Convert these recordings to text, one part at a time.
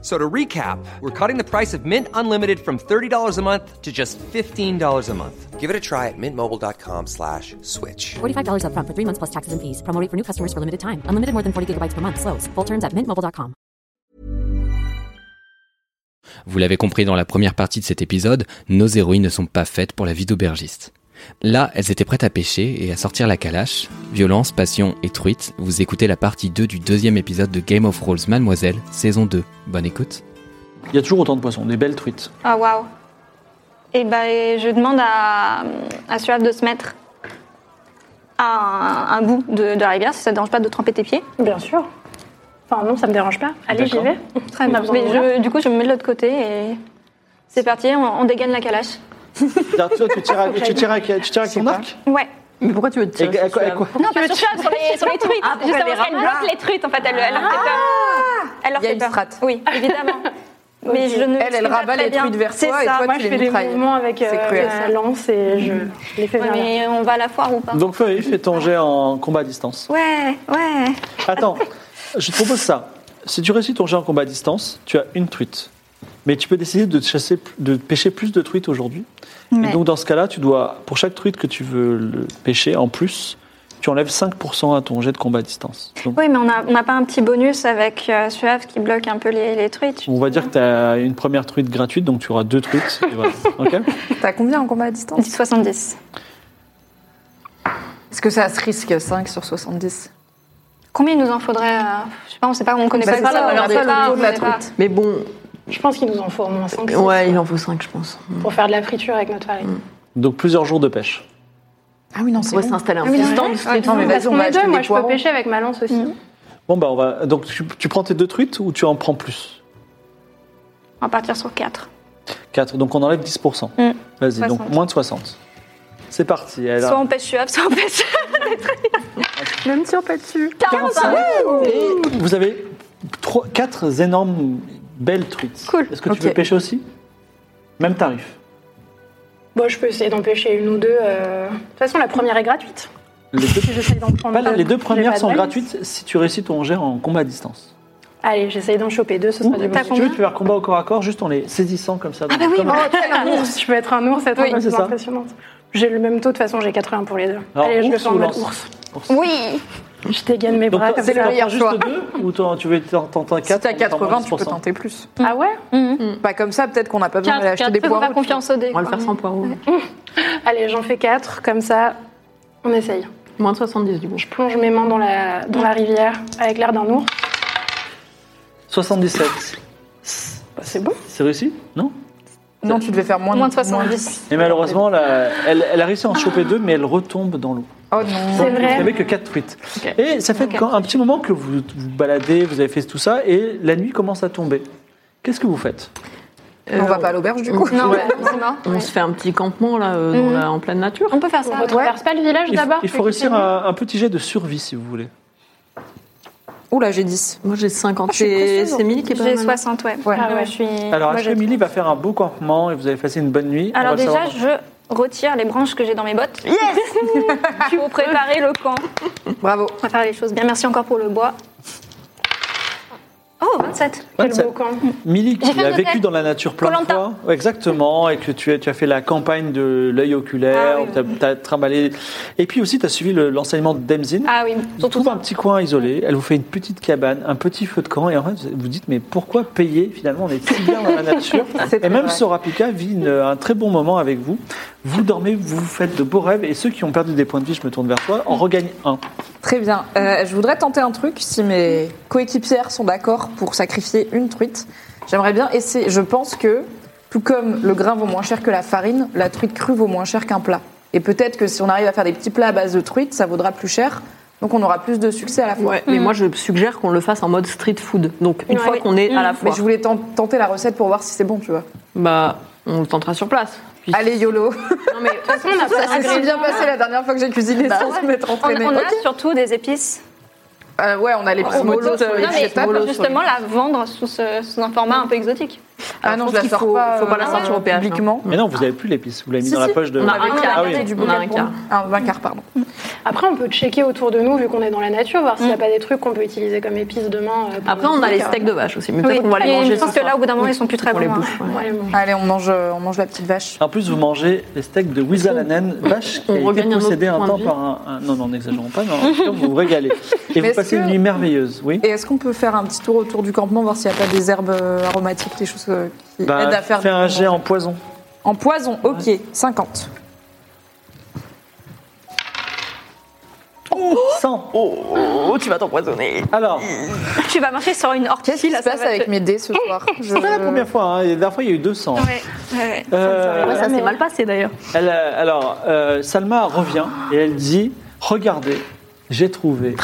So to recap, we're cutting the price of Mint Unlimited from $30 a month to just $15 a month. Give it a try at mintmobile.com slash switch. $45 upfront for three months plus taxes and fees. Promo rate for new customers for limited time. Unlimited more than 40 gigabytes per month. Slows. Full terms at mintmobile.com. Vous l'avez compris dans la première partie de cet épisode, nos héroïnes ne sont pas faites pour la vie d'aubergiste. Là, elles étaient prêtes à pêcher et à sortir la calache. Violence, passion et truite, vous écoutez la partie 2 du deuxième épisode de Game of Rolls Mademoiselle, saison 2. Bonne écoute. Il y a toujours autant de poissons, des belles truites. Ah waouh. Et ben je demande à, à Suave de se mettre à un, un bout de, de la rivière, si ça ne dérange pas de tremper tes pieds. Bien sûr. Enfin non, ça me dérange pas. Allez, j'y D'accord. vais. Très bien. Mais je- du coup, je me mets de l'autre côté et c'est parti, on, on dégaine la calache. Toi, tu tires, à- tu tires avec, tu tires avec ton arc Ouais. Mais pourquoi tu veux te Et- tirer et- et- sur et- Suave quoi Non, pas sur Suave, sur les, sur les truites. Ah, pour Justement, qu'elle les parce qu'elle ramasse. bloque les truites, en fait, elle, elle leur fait peur. Elle leur Il y a fait une peur. strat. Oui, évidemment. Mais Ok. je ne Elle, elle suis pas rabat très les bien. truites vers C'est toi et ça. toi, Moi, tu je les fais des mitrailles. mouvements avec C'est euh, cruel. la lance et je les fais Ouais, vers mais on va à la foire ou pas Donc Chloé, fais ton jet en combat à distance. Ouais, ouais. Attends, je te propose ça. Si tu réussis ton jet en combat à distance, tu as une truite. Mais tu peux décider de, chasser, de pêcher plus de truites aujourd'hui. Et Ouais. donc dans ce cas-là, tu dois, pour chaque truite que tu veux le pêcher, en plus, tu enlèves 5% à ton jet de combat à distance. Donc, Oui, mais on n'a on n'a pas un petit bonus avec euh, Suave qui bloque un peu les, les truites. On va dire que tu as une première truite gratuite, donc tu auras deux truites. et voilà. Ok T'as combien en combat à distance 70. Est-ce que ça se risque 5 sur 70 Combien il nous en faudrait euh, Je sais pas, on sait pas, on connaît Bah, pas c'est le ça, valeur, on on leur sait donne le pas, taux on de la sait pas. truite. Mais bon, la- Je pense qu'il nous en faut au moins 5 ouais, il en faut 5, je pense. pour faire de la friture avec notre farine. Donc plusieurs jours de pêche. Ah oui, non, c'est On pourrait s'installer un stand. Non, mais Ah, Parce vas-y, on qu'on va est deux, acheter moi des je peux poireaux. pêcher avec ma lance aussi. Bon, bah, on va. Donc, tu, tu prends tes deux truites ou tu en prends plus On va partir sur 4. 4. Donc, on enlève 10%. Mm. Vas-y, donc 60. moins de 60. C'est parti. Elle Soit a on pêche Suave, soit on pêche. Même si on pas dessus. 45. Et vous avez 4 énormes belles truites. Cool. Est-ce que tu Ok. veux pêcher aussi Même tarif. Bon, je peux essayer d'en pêcher une ou deux. euh. De toute façon, la première est gratuite. Les deux, Si j'essaye d'en prendre pas la- un, les deux j'ai pas premières de sont valise. gratuites si tu réussis ton jet en combat à distance. Allez, j'essaye d'en choper deux, ce Ou sera du bon. T'as si tu veux, combien tu peux faire combat au corps à corps juste en les saisissant comme ça. Ah bah oui, Comme- bon. Oh, Un ours, je peux être un ours, c'est Oui, oui, c'est plus ça. impressionnante. J'ai le même taux, de toute façon, j'ai 80 pour les deux. Alors, Allez, je le ours fais en ou mode lance ours. Oui Je dégaine mes Donc, bras comme c'est ça. le meilleur juste choix. deux ou t'en- tu veux tenter 4 Si t'as 80, tu peux tenter plus. Ah ouais Pas comme ça, peut-être qu'on n'a pas besoin d'aller acheter des faut poireaux. faire confiance au dé. On va le quoi. faire sans poireaux. Allez, j'en fais 4, comme ça, on essaye. Moins de 70 du coup. Je plonge mes mains dans la, dans la rivière avec l'air d'un ours. 77. Bah, c'est bon. C'est réussi Non Non, tu devais faire moins, Moins de 70. Et malheureusement, la- elle, elle a réussi à en choper deux, mais elle retombe dans l'eau. Oh non. C'est Vous vrai. n'avez que quatre truites. Et ça fait quand- un petit moment que vous vous baladez, vous avez fait tout ça, et la nuit commence à tomber. Qu'est-ce que vous faites Euh, On va pas à l'auberge du coup. Non, c'est mort. On ouais. se fait un petit campement là, euh, dans Mhm. la- en pleine nature. On peut faire ça. On ne traverse pas le village Il faut, d'abord il faut réussir un, un petit jet de survie, si vous voulez. Oula, j'ai 10. Moi j'ai 50. Ah, je suis C'est précieuse. c'est Milly qui est pas J'ai mal. 60, ouais. Ouais. Ah ouais. je suis... Alors, moi, j'ai Ashley Milly trente. va faire un beau campement, et vous avez passé une bonne nuit. On Alors va le déjà, savoir dans- je retire les branches que j'ai dans mes bottes. Yes Pour préparer le camp. Bravo. On va faire les choses bien. Merci encore pour le bois. Oh, 27. Quel Vingt-sept. beau camp. Milly, qui J'ai fait a un vécu hôtel. dans la nature plein de Koh-Lanta. fois, Ouais, exactement, et que tu, as- tu as fait la campagne de l'œil oculaire, Ah oui, tu as, trimballé. Et puis aussi, tu as suivi le- l'enseignement de Demzin. Ah oui, On surtout trouve un petit coin isolé, elle vous fait une petite cabane, un petit feu de camp, et en fait, vous vous dites, mais pourquoi payer Finalement, on est si bien dans la nature. C'est Et très même vrai. Sorapika vit une- un très bon moment avec vous. Vous dormez, vous vous faites de beaux rêves, et ceux qui ont perdu des points de vie, je me tourne vers toi, en regagnent un. Très bien. Euh, je voudrais tenter un truc. Si mes coéquipières sont d'accord pour sacrifier une truite, j'aimerais bien essayer. Je pense que, tout comme le grain vaut moins cher que la farine, la truite crue vaut moins cher qu'un plat. Et peut-être que si on arrive à faire des petits plats à base de truite, ça vaudra plus cher. Donc on aura plus de succès à la fois. Ouais, mais moi je suggère qu'on le fasse en mode street food. Donc Mm. Ouais, une Mm. fois oui. qu'on est à la Mais fois, je voulais ten- tenter la recette pour voir si c'est bon, tu vois. bah on le tentera sur place. Puis- Allez, YOLO Non, mais- Bah Ça s'est si bien passé la dernière fois que j'ai cuisiné sans se mettre On, entraîné. on a Ok. surtout des épices Euh, ouais, on a Ah, les petits Au motos. molotov. euh, non, mais jetable. justement la vendre sous, ce- sous un format un peu exotique. Ah non, je je la pense qu'il sors faut- pas. faut pas la euh, sortir au péage, hein. Publiquement. Mais non, vous n'avez plus l'épice, vous l'avez mis Si, dans la si. poche de. On a un quart. ah oui. Du On a bouquet un pour- quart. Un vingt quart, pardon. Après, on peut checker autour de nous, vu qu'on est dans la nature, voir s'il n'y a pas des trucs qu'on peut utiliser comme épices demain. euh, pour Mm. Après, on a les steaks de vache aussi. Mais peut-être Oui, qu'on va les et manger. je pense ce que soir. là, au bout d'un moment, ils sont plus très On les bons, hein. bouffe. ouais. euh, Ouais, bon. Allez, on mange, euh, on mange la petite vache. En plus, vous mangez les steaks de Wizalanen, vache qui on a été regagne un autre possédée un point de temps vie par un. un- Non, non, n'exagérons pas, mais en tout cas, vous vous régalez. Et vous est-ce passez une que- nuit merveilleuse, oui Et est-ce qu'on peut faire un petit tour autour du campement, voir s'il n'y a pas des herbes euh, aromatiques, des choses euh, qui aident Bah, à faire. fais un jet en poison. En poison, ok, 50. 100 Oh, tu vas t'empoisonner. Alors, Tu vas marcher sur une Qu'est-ce qui ortie, là, se passe va te- avec mes dés ce soir Je- c'est pas la première fois, hein. la dernière fois, il y a eu 200. Ouais, ouais, ouais. Euh, Ouais, ça s'est mal passé d'ailleurs. Elle, euh, alors, euh, Salma revient et elle dit Regardez, j'ai trouvé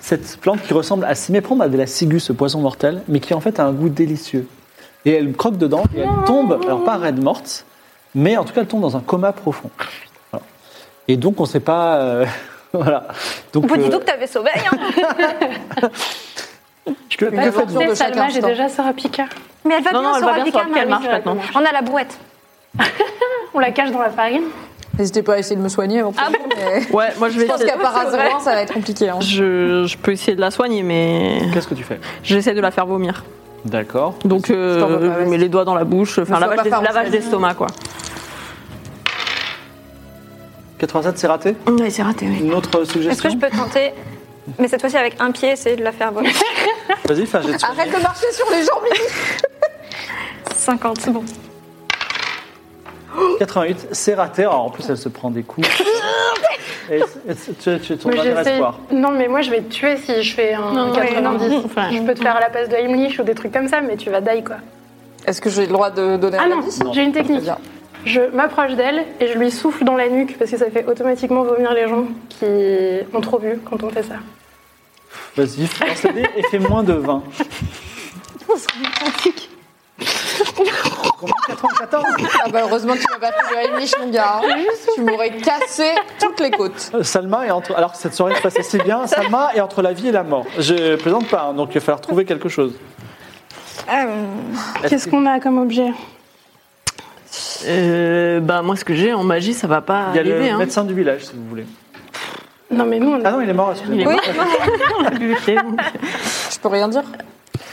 cette plante qui ressemble à s'y méprendre à de la ciguë, ce poison mortel, mais qui en fait a un goût délicieux. Et elle croque dedans et elle tombe, alors pas raide morte, mais en tout cas elle tombe dans un coma profond. Voilà. Et donc on ne sait pas. euh, voilà. Donc, Bon, dis euh, donc, t'avais sauvé, hein. que, que faire faites-vous de Tu sais, chaque Salma, j'ai instant. déjà Sarah Picard. Mais elle va Non, bien non, elle sur va bien sur Abicam, laquelle hein, marche oui, maintenant. On a la brouette. On la cache dans la farine. N'hésitez pas à essayer de me soigner avant mais... Ouais, moi je Ah. Je vais pense essayer. qu'à Parazouin, ça va être compliqué. hein. Je, je peux essayer de la soigner, mais Qu'est-ce que tu fais j'essaie de la faire vomir. D'accord. Donc euh, Je t'en veux pas, je vas-y. mets les doigts dans la bouche, enfin Ne sois pas lavage des- farouche, lavage vas-y. d'estomac quoi. 87, c'est raté Ouais, c'est raté, oui. Une autre Est-ce que suggestion je peux tenter mais cette fois-ci avec un pied, essayer de la faire voler. Vas-y, fais un jet Ah, de Arrête de marcher sur les jambes. Mimi. 50, c'est bon. 88, c'est raté. Alors, en plus, elle se prend des coups. Et, et tu, tu es ton Mais dernier j'essaie- espoir. Non, mais moi, je vais te tuer si je fais un Non, 90. ouais, non. Enfin, je peux te faire à la place de Heimlich ou des trucs comme ça, mais tu vas die, quoi. Est-ce que j'ai le droit de donner Ah un non, avis j'ai une Très technique. bien. Je m'approche d'elle et je lui souffle dans la nuque parce que ça fait automatiquement vomir les gens qui ont trop bu quand on fait ça. Vas-y, lance les dés et fais moins de 20. Combien 94 Ah bah heureusement que tu m'as pas fait de Heimlich, mon gars. hein. Tu m'aurais cassé toutes les côtes. Euh, Salma est entre. Alors que cette soirée se passait si bien, Salma est entre la vie et la mort. Je plaisante pas, hein, donc il va falloir trouver quelque chose. Euh, Qu'est-ce qu'on a comme objet Euh, bah moi ce que j'ai en magie ça va pas Il y a arriver. le hein. médecin du village, si vous voulez. Non, mais nous, on a. Ah non, il est mort, excusez-moi. Oui. Je peux rien dire.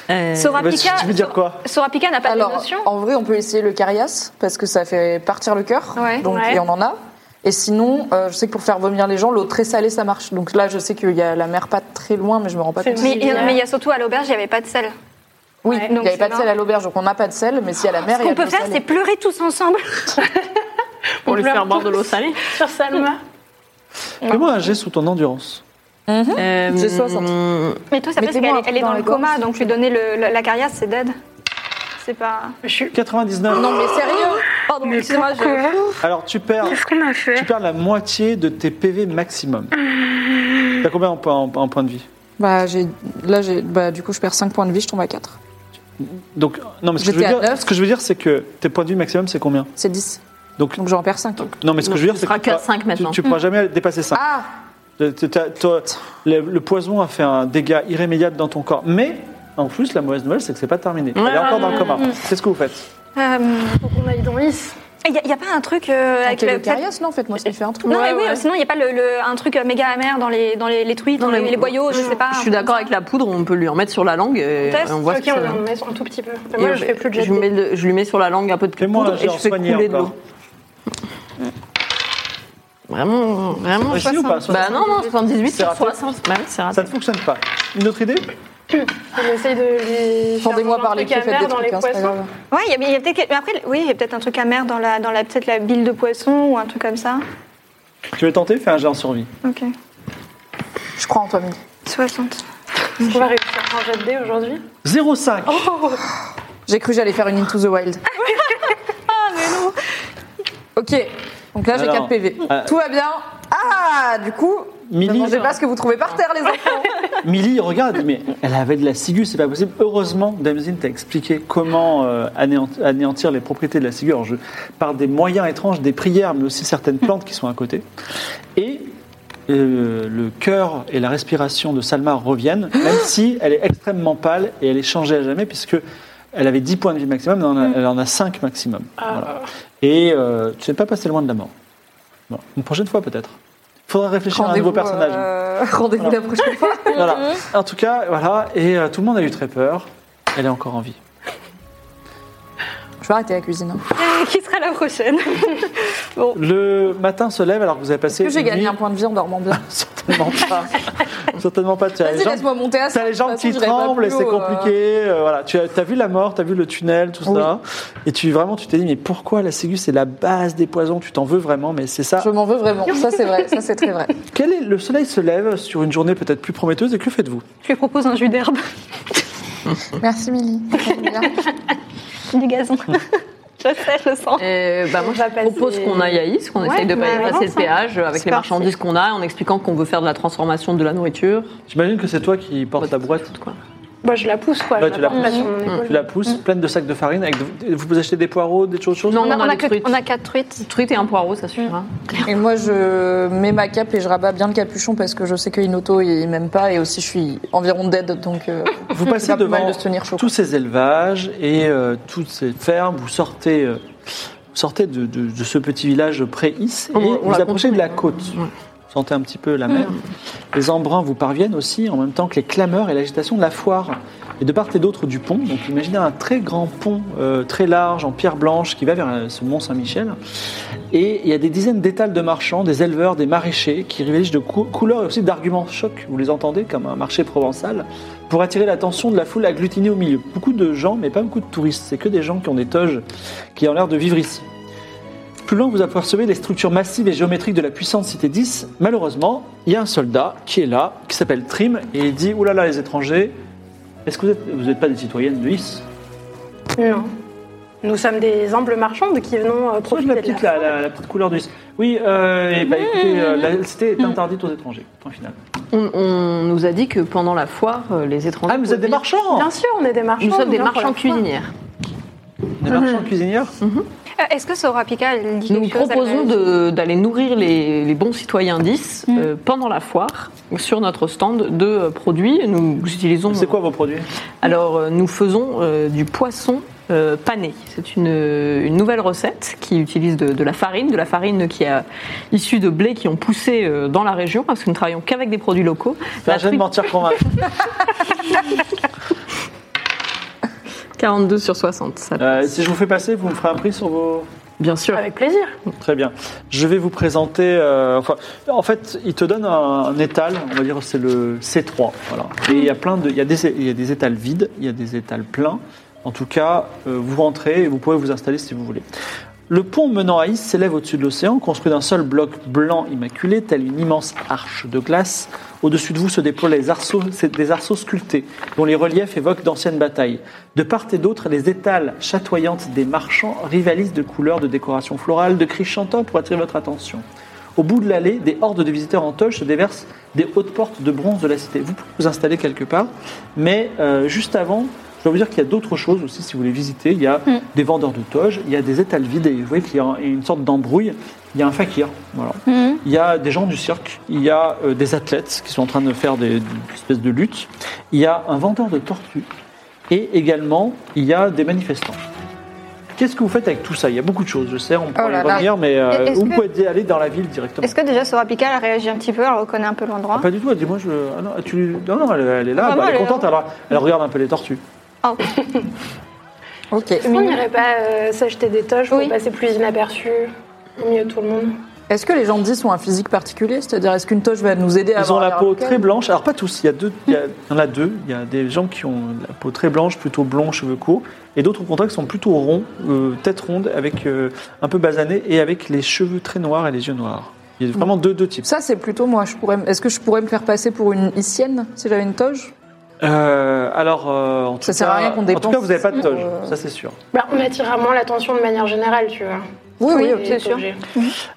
Euh, Sora Bah, tu- Pika, tu veux dire quoi Sora Pika n'a pas de Alors, euh, notion. en vrai, on peut essayer le carias parce que ça fait partir le cœur. Ouais. donc, Ouais. Et on en a. Et sinon, euh, je sais que pour faire vomir les gens, l'eau très salée, ça marche. Donc là, je sais qu'il y a la mer pas très loin, mais je me rends pas C'est compte. vrai. Mais il y a- mais il y a surtout à l'auberge, il n'y avait pas de sel. Oui, Ouais. il Donc, n'y avait pas de c'est sel marrant. à l'auberge, donc on n'a pas de sel, mais s'il y a la mer, Ce il y a qu'on de peut l'eau faire, c'est salée. pleurer tous ensemble. pour lui pleure faire boire tous de l'eau salée. Sur Salma. Fais-moi un jet sous ton endurance. Mhm. Euh, J'ai 60. hum, Mais toi, ça parce Mettez-moi qu'elle un est, truc elle est dans dans la le coma, gorge. donc lui donner le- le- la cariace, c'est dead. C'est pas. Je suis. 99. Non, mais sérieux Pardon, excusez-moi, je. Alors tu perds, tu perds la moitié de tes PV maximum. T'as combien en, point- en- en points de vie Bah, j'ai, là, j'ai, bah, du coup, je perds 5 points de vie, je tombe à 4. Donc non, mais ce que, je veux J'étais à dire, neuf. ce que je veux dire, c'est que tes points de vie maximum, c'est combien C'est 10. Donc Donc, j'en perds 5. non, mais ce que Non, je veux dire, tu c'est que seras tu pourras- qu'à cinq maintenant. Tu, tu pourras jamais dépasser 5. Ah le, le poison a fait un dégât irrémédiable dans ton corps, mais en plus, la mauvaise nouvelle, c'est que c'est pas terminé. Elle est encore dans le coma. Qu'est-ce que vous faites Faut qu'on aille dans Is. Il n'y Euh, a, pas un truc euh, avec Avec le le. carias, non, en fait, moi, ça me fait un truc. Non, mais oui, ouais. sinon, il n'y a pas le, le- un truc euh, méga amer dans les, dans les, les truites, dans les, les boyaux, je sais pas. Je suis d'accord avec la poudre, on peut lui en mettre sur la langue et Teste, on voit ok, ce que ça on donne. en met un tout petit peu. Mais Et moi, on- je fais plus de jet je, de mets le- je lui mets sur la langue un peu de Fais-moi un poudre jet et je en fais soigné couler de encore. l'eau. Vraiment, vraiment. Réussi ou pas Bah non, non, 78 C'est sur raté. 60. Bah oui, c'est raté. Ça ne fonctionne pas. Une autre idée On essaye de lui. faire Attendez-moi manger un parler, truc faites amer des dans les trucs, hein, c'est pas poissons. grave. Ouais, il y a, il y a peut-être. mais Après, oui, il y a peut-être un truc amer dans la, dans la, peut-être la bile de poisson ou un truc comme ça. Tu veux tenter Fais un jet en survie. Ok. Je crois en toi, Mimi. 60. Est-ce qu'on va réussir à faire un jet de dés aujourd'hui 0,5 J'ai cru que j'allais faire une Into the Wild. ah, mais non Ok, donc là j'ai Alors, 4 PV. euh, Tout va bien. Ah, du coup, ne Millie- mangez pas ce que vous trouvez par terre, les enfants. Millie regarde, mais elle avait de la ciguë, c'est pas possible. Heureusement, Damzin t'a expliqué comment euh, anéant- anéantir les propriétés de la ciguë Alors, je- par des moyens étranges, des prières, mais aussi certaines plantes qui sont à côté. Et euh, le cœur et la respiration de Salma reviennent, même si elle est extrêmement pâle et elle est changée à jamais, puisque elle avait 10 points de vie maximum, elle en a, elle en a 5 maximum. Voilà. Et euh, tu n'es pas passé loin de la mort. Voilà. Une prochaine fois, peut-être. Faudra réfléchir à un nouveau personnage. euh, Rendez-vous la prochaine fois. Voilà. Mhm. En tout cas, voilà. Et euh, tout le monde a eu très peur. Elle est encore en vie. Je vais arrêter la cuisine. hein. Qui sera la prochaine Le matin se lève alors que vous avez passé. Oh. Est-ce que j'ai une gagné nuit- un point de vie en dormant bien Certainement pas. Certainement pas. Tu as les Vas-y, jambes, laisse-moi monter à ça. t'as les jambes De toute qui façon, je n'irai pas tremblent et plus c'est haut, euh. compliqué. euh, voilà. Tu as t'as vu la mort, tu as vu le tunnel, tout ça. Et tu vraiment, tu t'es dit, mais pourquoi la ségu, c'est la base des poisons Tu t'en veux vraiment, mais c'est ça. Je m'en veux vraiment. Ça, c'est vrai. Ça, c'est très vrai. Quel est... Le soleil se lève sur une journée peut-être plus prometteuse et que faites-vous Je lui propose un jus d'herbe, Merci, Milly. du gazon. je sais, je sens. Et, bah, moi, On va je propose passer- qu'on aille à Is, qu'on Ouais, essaye de mais pas y avance, passer le hein. péage euh, avec C'est les parti. marchandises qu'on a, en expliquant qu'on veut faire de la transformation de la nourriture. J'imagine que c'est toi qui portes la boîte. Quoi. Bah, je la pousse, quoi. Ouais, je tu la porte pas pousses. sur mon épaule. Tu la pousses, pleine de sacs de farine. Avec de- Vous achetez des poireaux, des choses choses Non, On on, a, on a des que- truites. on a quatre truites. Truite et un poireau, ça suffira. Et moi, je mets ma cape et je rabats bien le capuchon parce que je sais que Inoto, il m'aime pas. Et aussi, je suis environ dead. Donc, euh, Vous c'est passez pas plus mal devant de se tenir chaud. tous ces élevages et euh, toutes ces fermes. Vous sortez, euh, vous sortez de, de- de ce petit village pré-Is et On- on vous la approchez de la côte. Ouais. Vous sentez un petit peu la mer. Les embruns vous parviennent aussi en même temps que les clameurs et l'agitation de la foire. Et de part et d'autre du pont, donc imaginez un très grand pont euh, très large en pierre blanche qui va vers euh, ce mont Saint-Michel. Et il y a des dizaines d'étals de marchands, des éleveurs, des maraîchers qui révèlent de cou- couleurs et aussi d'arguments choc, vous les entendez, comme un marché provençal, pour attirer l'attention de la foule agglutinée au milieu. Beaucoup de gens, mais pas beaucoup de touristes. C'est que des gens qui ont des toges, qui ont l'air de vivre ici. Plus loin, vous apercevez les structures massives et géométriques de la puissante cité 10. Malheureusement, il y a un soldat qui est là, qui s'appelle Trim, et il dit Ouh là là, les étrangers, est-ce que vous n'êtes vous êtes pas des citoyennes de 10 Non. Nous sommes des humbles marchandes qui venons euh, Sauf profiter la de la petite, la, la- la petite couleur de 10. Oui, euh, eh ben, écoutez, euh, la cité est interdite aux étrangers. Point final. On, on nous a dit que pendant la foire, euh, les étrangers. Ah, mais vous êtes des pouvaient- marchands Bien sûr, on est des marchands. Nous sommes des viens pour la marchands foire. cuisinières. Des marchands cuisinières Euh, Est-ce que Sorapika, elle dit Nous quelque chose proposons elle- de- d'aller nourrir les, les bons citoyens 10 Mm. euh, pendant la foire sur notre stand de euh, produits. Nous utilisons. C'est quoi vos produits Alors, euh, nous faisons euh, du poisson euh, pané. C'est une, euh, une nouvelle recette qui utilise de, de la farine, de la farine qui est issue de blé qui ont poussé euh, dans la région parce que nous ne travaillons qu'avec des produits locaux. Enfin, La Bah, Je vais de truite- mentir convaincre. 42 sur 60. ça- Euh, si je vous fais passer, vous me ferez un prix sur vos. Bien sûr. Avec plaisir. Très bien. Je vais vous présenter. euh, enfin, en fait, il te donne un, un étal. On va dire c'est le C3. Voilà. Et il y a plein de. Il y a des, il y a des étals vides. Il y a des étals pleins. En tout cas, euh, vous rentrez et vous pouvez vous installer si vous voulez. Le pont menant à Is s'élève au-dessus de l'océan, construit d'un seul bloc blanc immaculé, tel une immense arche de glace. Au-dessus de vous se déploient les arceaux, c'est des arceaux sculptés, dont les reliefs évoquent d'anciennes batailles. De part et d'autre, les étals chatoyantes des marchands rivalisent de couleurs, de décorations florales, de cris chantants pour attirer votre attention. Au bout de l'allée, des hordes de visiteurs en toge se déversent des hautes portes de bronze de la cité. Vous pouvez vous installer quelque part, mais euh, juste avant, je dois vous dire qu'il y a d'autres choses aussi si vous voulez visiter. Il y a des vendeurs de toge, il y a des étals vides et vous voyez qu'il y a un- une sorte d'embrouille. Il y a un fakir, voilà. Mhm. Il y a des gens du cirque, il y a euh, des athlètes qui sont en train de faire des, des espèces de lutte, il y a un vendeur de tortues et également il y a des manifestants. Qu'est-ce que vous faites avec tout ça Il y a beaucoup de choses, je sais, on pourra Oh là y là. revenir, mais euh, Est-ce vous que- pouvez aller dans la ville directement. Est-ce que déjà Sorapika, elle réagit un petit peu, elle reconnaît un peu Ah, l'endroit pas du tout, elle dit moi je. Ah non, tu... non, non, elle, elle est là, Ah, bah, moi, elle est elle est contente, alors elle regarde un peu les tortues. Ah, Ok. Est-ce qu'on n'irait pas euh, s'acheter des toges pour Oui. passer plus inaperçu au milieu de tout le monde Est-ce que les gens 10 ont un physique particulier C'est-à-dire, est-ce qu'une toche va nous aider à Ils ont avoir la l'air peau local très blanche, alors pas tous, il y, a deux, il y a- il y en a deux, il y a des gens qui ont la peau très blanche, plutôt blond, cheveux courts, et d'autres au contraire qui sont plutôt ronds, euh, tête ronde, avec euh, un peu basanée, et avec les cheveux très noirs et les yeux noirs. Il y a vraiment deux, deux types. Mm. Ça, c'est plutôt moi. Je pourrais... m- Est-ce que je pourrais me faire passer pour une issienne si j'avais une toge Euh, alors, euh, en tout Ça sert cas- à rien qu'on En tout dépense cas, vous n'avez pas de toge, pour, euh, ça c'est sûr. bah, On attirera moins l'attention de manière générale, tu vois. Oui, oui, Les ok. sûr. objets.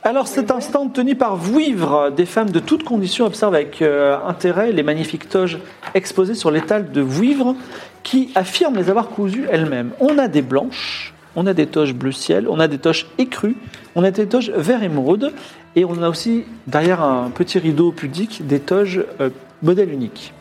Alors cet instant tenu par vouivre, des femmes de toutes conditions observent avec euh, intérêt les magnifiques toges exposées sur l'étal de vouivre qui affirment les avoir cousues elles-mêmes. On a des blanches, on a des toches bleu ciel, on a des toches écrues, on a des toches vert émeraude, et on a aussi, derrière un petit rideau pudique, des toges euh, modèle unique.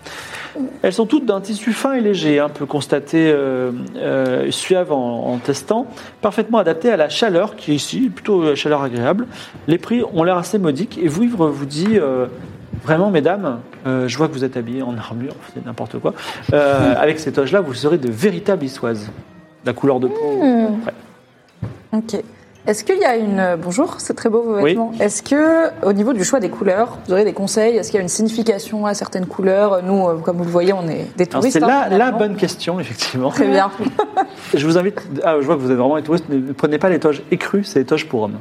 Elles sont toutes d'un tissu fin et léger, un peu constaté euh, euh, suave en, en testant, parfaitement adapté à la chaleur qui est ici, plutôt la chaleur agréable. Les prix ont l'air assez modiques et vous, Ivre, vous dit euh, vraiment, mesdames, euh, je vois que vous êtes habillées en armure, c'est n'importe quoi. Euh, avec ces toges-là, vous serez de véritables issoises. La couleur de peau. Hmm. ouais. Ok. Est-ce qu'il y a une. euh, Bonjour, c'est très beau vos vêtements. Est-ce que, euh, au niveau du choix des couleurs, vous aurez des conseils Est-ce qu'il y a une signification à certaines couleurs Nous, euh, comme vous le voyez, on est des Alors, touristes. C'est hein, la, la finalement. bonne question, effectivement. Très bien. Je vous invite. Ah, je vois que vous êtes vraiment des touristes. Ne prenez pas les toges écrues, c'est les toges pour hommes.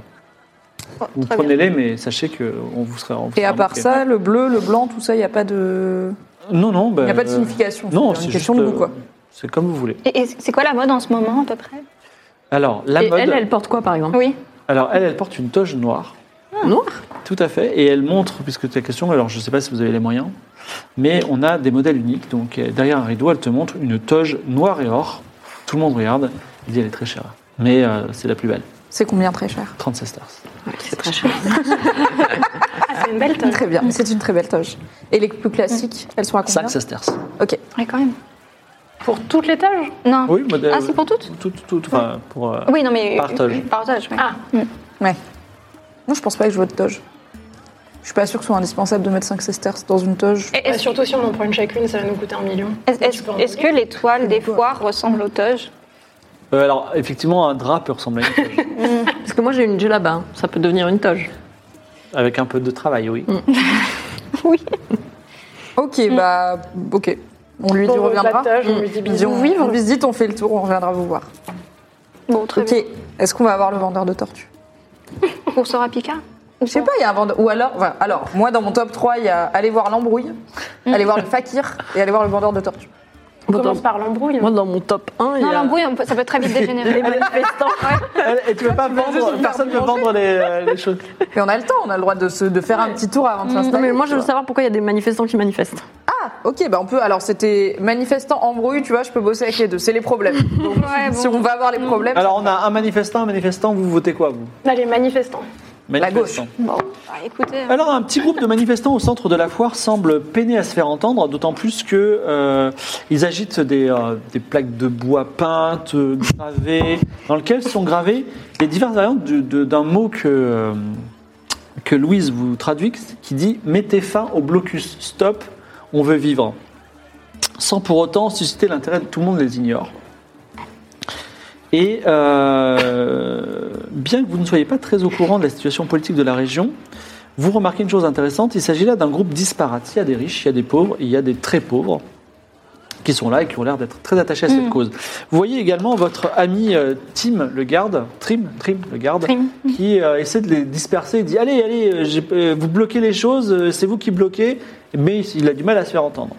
vous Oh, très prenez-les, mais sachez que on vous sera. on vous Et sera à part moqué. ça, le bleu, le blanc, tout ça, il n'y a pas de. Non, non. ben, Il n'y a pas de euh, signification. Non, c'est c'est une question juste, de goût, quoi. euh, C'est comme vous voulez. Et, et c'est quoi la mode en ce moment, à peu près Alors, la Et mode. elle, elle porte quoi par exemple Ah, Oui. Alors, elle, elle porte une toge noire. Noir Tout à fait. Et elle montre, puisque c'est la question, alors je ne sais pas si vous avez les moyens, mais on a des modèles uniques. Donc, euh, derrière un rideau, elle te montre une toge noire et or. Tout le monde regarde. Il dit, elle est très chère. Mais euh, c'est la plus belle. C'est combien très cher 36 stars. C'est très cher. Ah, c'est une belle toge. Très bien, c'est une très belle toge. Et les plus classiques, elles sont à combien 5 sesterces. Ok. Ouais, quand même. Pour toutes les toges Bah, Non. Oui, euh, modèle. Ah, c'est pour toutes Tout, tout, tout, enfin, pour. euh, Oui, non, mais. Par toge. Par toge, oui. Ah. Ouais. Moi, je pense pas que je veux de toge. Je suis pas sûre que ce soit indispensable de mettre 5 sesterces dans une toge. Et, et surtout si on en prend une chacune, ça va nous coûter un million. Est-ce Et tu est-ce- peux en est-ce que les toiles des foires ressemblent aux toges euh, alors, effectivement, un drap peut ressembler à une toge. Parce que moi j'ai une djellaba, hein. ça peut devenir une toge. Avec un peu de travail, oui. Ok, bah, ok. On lui dit, Pour on reviendra. la toge, on lui dit Il dit, bisous. on, on visite, on fait le tour, on reviendra vous voir. Bon, très Ok, est-ce qu'on va avoir le vendeur de tortues bien. Pour Sora Pika Je sais pas, il y a un vendeur. Ou alors, enfin, alors, moi dans mon top 3, il y a aller voir l'embrouille, aller voir le fakir et aller voir le vendeur de tortues. On commence par l'embrouille. Moi dans mon top 1, il y Non, a... l'embrouille, on peut- ça peut très vite dégénérer. Elle- Et tu veux pas vendre, personne ne peut vendre les, euh, les choses. Mais on a le temps, on a le droit de, se, de faire un petit tour avant de s'installer. Mm. Non mais moi je tu veux vois. savoir pourquoi il y a des manifestants qui manifestent. Ok, bah on peut. Alors c'était manifestant embrouille, tu vois, je peux bosser avec les deux, c'est les problèmes. Donc, Ouais, bon. Si on va avoir les problèmes, Alors, on a un manifestant, un manifestant, vous votez quoi, vous Là, les manifestants. Manifestant. Bon, bah, écoutez. Alors, un petit groupe de manifestants au centre de la foire semble peiner à se faire entendre, d'autant plus que euh, ils agitent des, euh, des plaques de bois peintes, euh, gravées, dans lesquelles sont gravées les diverses variantes du- de- d'un mot que, euh, que Louise vous traduit, qui dit « Mettez fin au blocus, stop, on veut vivre ». Sans pour autant susciter l'intérêt de tout le monde les ignore. Et euh, bien que vous ne soyez pas très au courant de la situation politique de la région, vous remarquez une chose intéressante, il s'agit là d'un groupe disparate. Il y a des riches, il y a des pauvres, et il y a des très pauvres qui sont là et qui ont l'air d'être très attachés à cette cause. Vous voyez également votre ami euh, Tim le garde, Trim, Trim le garde, qui euh, essaie de les disperser. Il dit allez, allez, euh, j'ai- euh, vous bloquez les choses, euh, c'est vous qui bloquez, mais il a du mal à se faire entendre.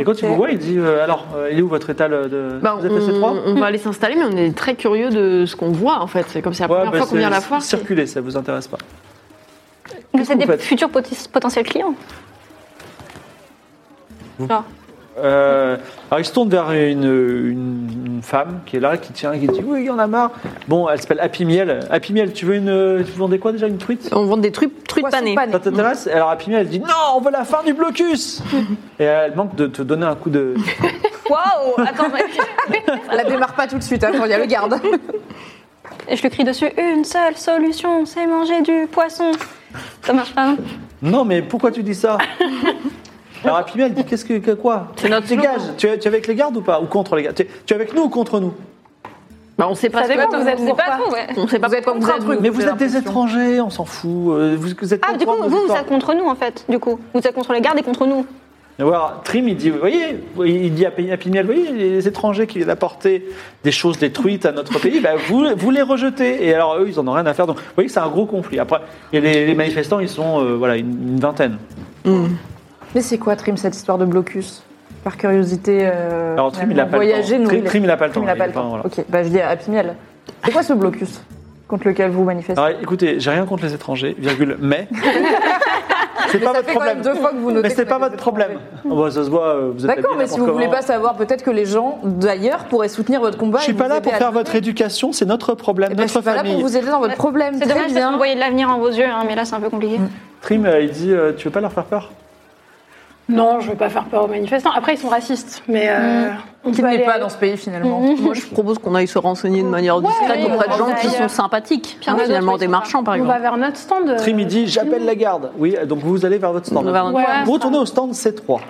Et quand il vous voit, il dit euh, alors, euh, il est où votre étal euh, de Bah, vous êtes passé on, trois on va aller s'installer mais on est très curieux de ce qu'on voit en fait. C'est comme si la Ouais, première bah, fois qu'on c'est- vient à la foire. c'est- Circuler, ça vous intéresse pas. Mais que c'est vous des faites futurs potis- potentiels clients. Euh, alors il se tourne vers une, une- une femme qui est là, qui tient, qui dit oui, il y en a marre. Bon, elle s'appelle Happy Miel. Happy Miel, tu veux une, tu vendais quoi déjà une truite On vend des trucs, trucs poisson panées. pané. Ça t'intéresse Alors Happy Miel, elle dit non, on veut la fin du blocus. Et elle manque de te donner un coup de. Waouh Attends, la démarre pas tout de suite, attends, il y a le garde. et je lui crie dessus une seule solution, c'est manger du poisson. Ça marche pas. hein Non, mais pourquoi tu dis ça Alors Happy Miel dit qu'est-ce que, que quoi C'est notre Dégage. slogan. Tu es, tu es avec les gardes ou pas Ou contre les gardes tu es, tu es avec nous ou contre nous Bah, on sait pas Ça ce que dépend, vous êtes C'est pour pas quoi faux, ouais. On sait pas Vous êtes pourquoi contre un truc, Mais vous J'ai êtes des l'impression. étrangers, on s'en fout. Euh, Vous, vous êtes Ah, du coup, contre nos vous, vous histoires. êtes contre nous, en fait, du coup. Vous êtes contre les gardes et contre nous. Et voilà, Trim, il dit, vous voyez, il dit à Pe- à Pignel, vous voyez, les étrangers qui viennent apporter des choses détruites à notre pays, bah, vous, vous les rejetez. Et alors, eux, ils en ont rien à faire. Donc, vous voyez que c'est un gros conflit. Après, et les, les manifestants, ils sont, euh, voilà, une, une vingtaine. Mais c'est quoi, Trim, cette histoire de blocus Par curiosité. euh, Alors, Trim, il finalement, n'a pas le voyager, temps. nous, Trim- Trim, il n'a pas le Trim, temps. il a pas Il le est pas- temps. voilà. Ok, bah je dis à Happy Miel. C'est quoi ce Ah, blocus contre lequel vous manifestez Alors, écoutez, j'ai rien contre les étrangers, virgule, mais C'est Mais pas ça votre fait quand même problème. deux fois que vous notez. Mais c'est qu'on pas est des votre problème. Oh, bah, ça se voit, euh, vous êtes D'accord, habillés mais si vous n'importe voulez comment. pas savoir, peut-être que les gens d'ailleurs pourraient soutenir votre combat. Je suis et pas vous là aider pour à faire le mener. votre éducation, c'est notre problème, Eh ben, notre je suis pas là pour famille. vous aider dans votre problème. Bah, C'est Très dommage parce qu'on bien. voyait de l'avenir en vos yeux, hein, mais là c'est un peu compliqué. Trim, euh, il dit euh, Tu veux pas leur faire peur Non, je veux pas faire peur aux manifestants. Après, ils sont racistes, mais Mm. euh, on Qui peut n'est aller- pas dans ce pays Mmh. finalement. Moi, je propose qu'on aille se renseigner de manière discrète oui, auprès de on gens va qui ailleurs. sont sympathiques. il y en a d'autres, finalement, ils des sont marchands, par On va exemple. vers notre stand. euh, Trim, il dit J'appelle la garde. Oui, donc vous allez vers votre stand. On va vers notre- Ouais. Vous retournez au stand C3.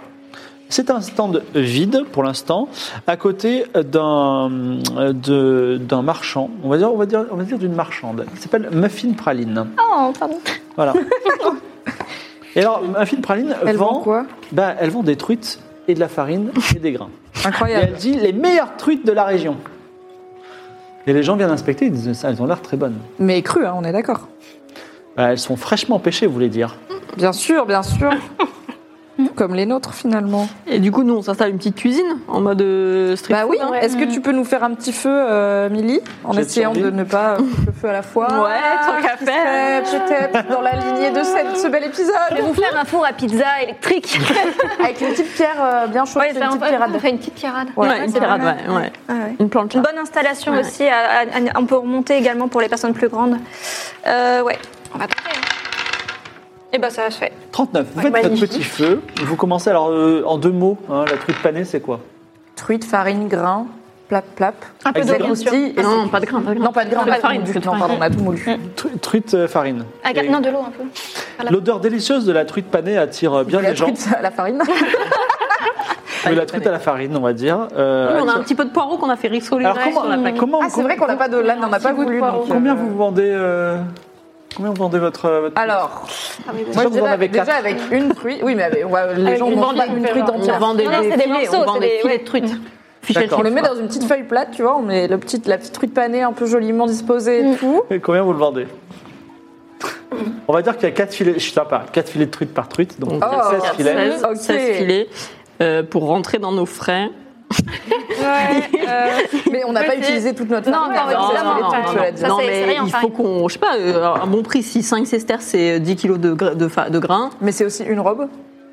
C'est un stand vide pour l'instant, à côté d'un euh, de- d'un marchand, on va dire, on va dire, on va dire d'une marchande, qui s'appelle Muffin Praline. Oh, pardon. Voilà. et alors, Muffin Praline Elle vend, vend quoi bah, Elle vend des truites et de la farine et des grains. Et Incroyable. elle dit les meilleures truites de la région. Et les gens viennent inspecter, ils disent elles ont l'air très bonnes. Mais cru, hein, on est d'accord. Bah, elles sont fraîchement pêchées, vous voulez dire. Bien sûr, bien sûr. Comme les nôtres finalement. Et du coup, nous, on s'installe une petite cuisine en mode euh, street Bah food, oui, hein. est-ce que tu peux nous faire un petit feu, euh, Milly En J'ai essayant survie. de ne pas euh, foutre le feu à la fois. Ouais, tant qu'à Qui faire. serait Peut-être dans la lignée de cette- ce bel Je vais épisode. vous faire un four à pizza électrique. Avec une petite pierre euh, bien chaude, Ouais, une ça, on petite peut- pirade. on fait une petite tirade. Ouais, Ouais, une c'est pirate, vrai. ouais, ouais. Une planche. Une bonne installation aussi. à- à- à- on peut remonter également pour les personnes plus grandes. Euh, ouais, on va tenter. Et ben ça va se faire. 39, vous faites votre petit feu, vous commencez, alors euh, en deux mots, hein, la truite panée c'est quoi Truite, farine, grain, plap, plap. Un peu Avec d'eau, des bien sûr. Croustille et Ah Non, pas de grain, pas de grain. Non, pas de grain, Pas de de farine, que de Non, farine. pardon, on a tout moulu. Tru- Truite euh, farine. Ah, Et Non, de l'eau un peu. voilà. L'odeur délicieuse de la truite panée attire euh, bien La les gens. truite à la farine. Mais la truite à la farine, on va dire. euh, Oui, on a un attire- petit peu de poireaux qu'on a fait rissoler Alors sur la comment, plaque. comment, Ah, c'est vrai qu'on n'a pas de là, on n'a pas petit bout de voulu. poireau. donc, euh, combien vous vendez euh, Combien vous vendez votre, euh, votre truite Alors, sûr moi je que vous en dirais avez Ah, déjà quatre. avec une truite. Oui, mais avec- on va- les Avec gens une vont bande pas de une pépins. truite On entière. vend des, Non, non, des c'est des filets, morceaux, on vend c'est des des- filets ouais. de truite. Fichets de D'accord. On le chips, met quoi. dans une petite feuille plate, tu vois, on met le petit, la petite truite panée un peu joliment disposée et tout. Et combien vous le vendez On va dire qu'il y a 4 filets, je suis sympa, 4 filets de truite par truite, donc Donc, il y a Oh. 16 4, filets. 16, Ok. 16 filets euh, pour rentrer dans nos frais. Euh, Mais on n'a pas utilisé toute notre Non, farine, non, on a utilisé évidemment, les trucs, non, cela dit. Ça, Euh, Non, c'est- c'est mais rien, il enfin. faut qu'on, je sais pas, euh, un bon prix, si 5 sesterces c'est 10 kilos de, gra- de, fa- de grains, Mais c'est aussi une robe.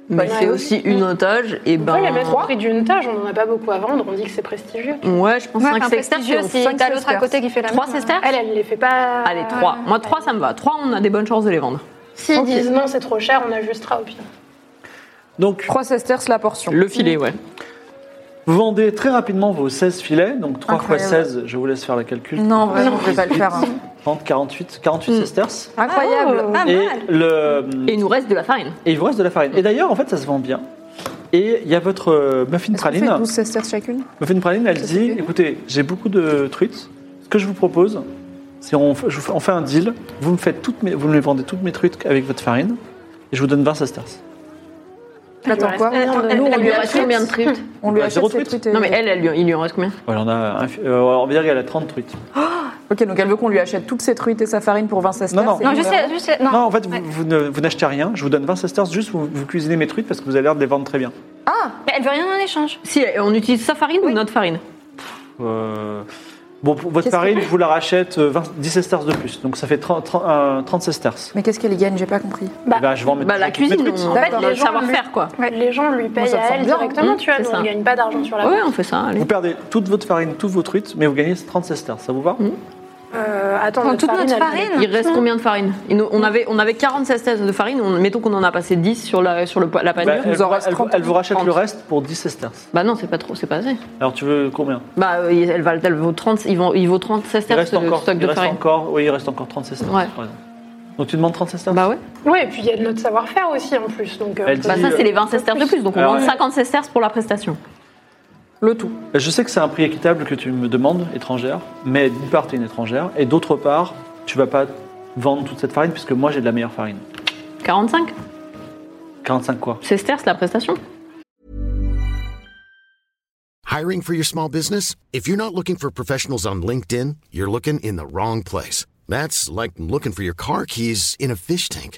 mais Ouais. c'est aussi une otage, et On peut les ben. mettre au prix d'une tâche, on n'en a pas beaucoup à vendre, on dit que c'est prestigieux. Ouais, je pense Ouais, 5 un sesterces. prestigieux c'est- si cinq t'as l'autre à sesterces. côté qui fait la Trois même. hein. Euh, sesterces Elle, elle ne les fait pas. Allez, 3. Moi, 3, ça me va. 3, on a des bonnes chances de les vendre. S'ils disent non, c'est trop cher, on ajustera au pire. Donc 3 sesterces la portion. Le mm. filet, ouais. vous vendez très rapidement vos 16 filets, donc 3 fois Incroyable. 16, je vous laisse faire le calcul. Non, vraiment, je vais pas le faire. hein. 30, 48, 48 sesterces. Incroyable. Ah, Pas Et, mal. le, Et il nous reste de la farine. et il vous reste de la farine. Et d'ailleurs, en fait, ça se vend bien. Et il y a votre euh, muffin Est-ce qu'on fait praline. 12 sesterces chacune Muffin praline, elle Ça se dit fait. écoutez, j'ai beaucoup de truites. Ce que je vous propose, c'est on, fait- je vous fais- on fait un deal. Vous me faites toutes mes, vous me vendez toutes mes truites avec votre farine, et je vous donne 20 sesterces. Attends, quoi Elle, Nous, on lui Bah, lui reste achète- combien de truites On lui Bah, achète zéro ses truite. truites. et- Non, mais elle, elle lui- il lui en reste combien Voilà, on a, un fi- euh, on va dire qu'elle a 30 truites. Ok, donc elle veut qu'on lui achète toutes ses truites et sa farine pour 20 sesterces. Non, non. et Non, on je verra. sais, je sais. Non, Non, en fait, vous- Ouais. vous, ne- vous n'achetez rien. Je vous donne 20 sesterces, juste vous, vous cuisinez mes truites parce que vous avez l'air de les vendre très bien. Mais elle veut rien en échange. Si, on utilise sa farine ou notre farine Euh, bon, pour votre Qu'est-ce farine, je vous la rachète euh, 20 10 sesterces de plus. Donc ça fait 30, 30, euh, 30 sesterces. Mais qu'est-ce qu'elle gagne J'ai pas compris. Eh ben, je vais en mettre Bah, la toutes mes cuisine, truites. on- en D'accord, fait, les le gens savoir-faire, quoi. Les gens lui payent ça me à semble elle bien. hein. directement, Mmh, tu vois, c'est nous, ça. on ne gagne pas d'argent sur la Ouais, vente. on fait ça, allez. Vous perdez toute votre farine, toutes vos truites, mais vous gagnez 30 sesterces. Ça vous va Mmh. Euh, attends, Prends toute notre elle- farine. Il reste combien de farine Il nous- on, avait, on avait 46 tasses de farine, on- mettons qu'on en a passé 10 sur la, sur le, pa- la Bah, panure. elle, nous en vous- reste elle vous- 30, elle vous rachète 30. le reste pour 10 sesterces. Bah non, c'est pas trop, c'est pas assez. Alors tu veux combien Bah euh, elle, va- elle vaut 30, il vaut, il vaut 30 Il sesterces reste le encore, stock il de reste farine. encore, oui, il reste encore 30 sesterces. Ouais. par exemple. Donc tu demandes 30 sesterces. Bah ouais. Ouais, et puis il y a de notre savoir-faire aussi en plus. Donc, euh, Elle peut- Bah ça, c'est les 20 sesterces de plus, donc on Alors, vend ouais. 50 sesterces pour la prestation. Le tout. Je sais que c'est un prix équitable que tu me demandes, étrangère, mais d'une part, tu es une étrangère, et d'autre part, tu vas pas vendre toute cette farine, puisque moi, j'ai de la meilleure farine. 45 45 quoi sesterces la prestation. Hiring for your small business? If you're not looking for professionals on LinkedIn, you're looking in the wrong place. That's like looking for your car keys in a fish tank.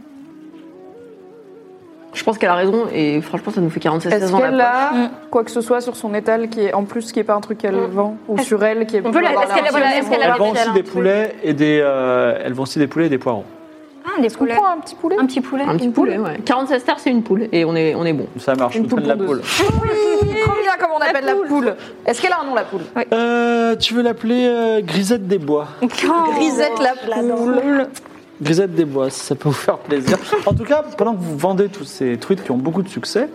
Je pense qu'elle a raison et franchement, ça nous fait 46 Est-ce saisons la qu'elle poche. a quoi que ce soit sur son étal qui est en plus qui est pas un truc qu'elle Mm. vend ou Est-ce- sur elle qui est On peut la- avoir est-ce qu'elle a- l'air voilà, est-ce qu'elle a Elles des- vont elle aussi un des truc. poulets et des. euh, elles vont aussi des poulets et des poireaux. Ah, des Est-ce qu'on poulets. prend un petit poulet Un petit poulet. Un petit Une poulet, ouais. 46 stars, c'est une poule et on est, on est bon. Ça marche, Une je vous donne la poule poule. pondeuse. Trop bien comme on appelle la poule. Est-ce qu'elle a un nom la poule Euh, tu veux l'appeler euh, Grisette des Bois Oh. Grisette la poule. Grisette des Bois, si ça peut vous faire plaisir. En tout cas, pendant que vous vendez tous ces truites qui ont beaucoup de succès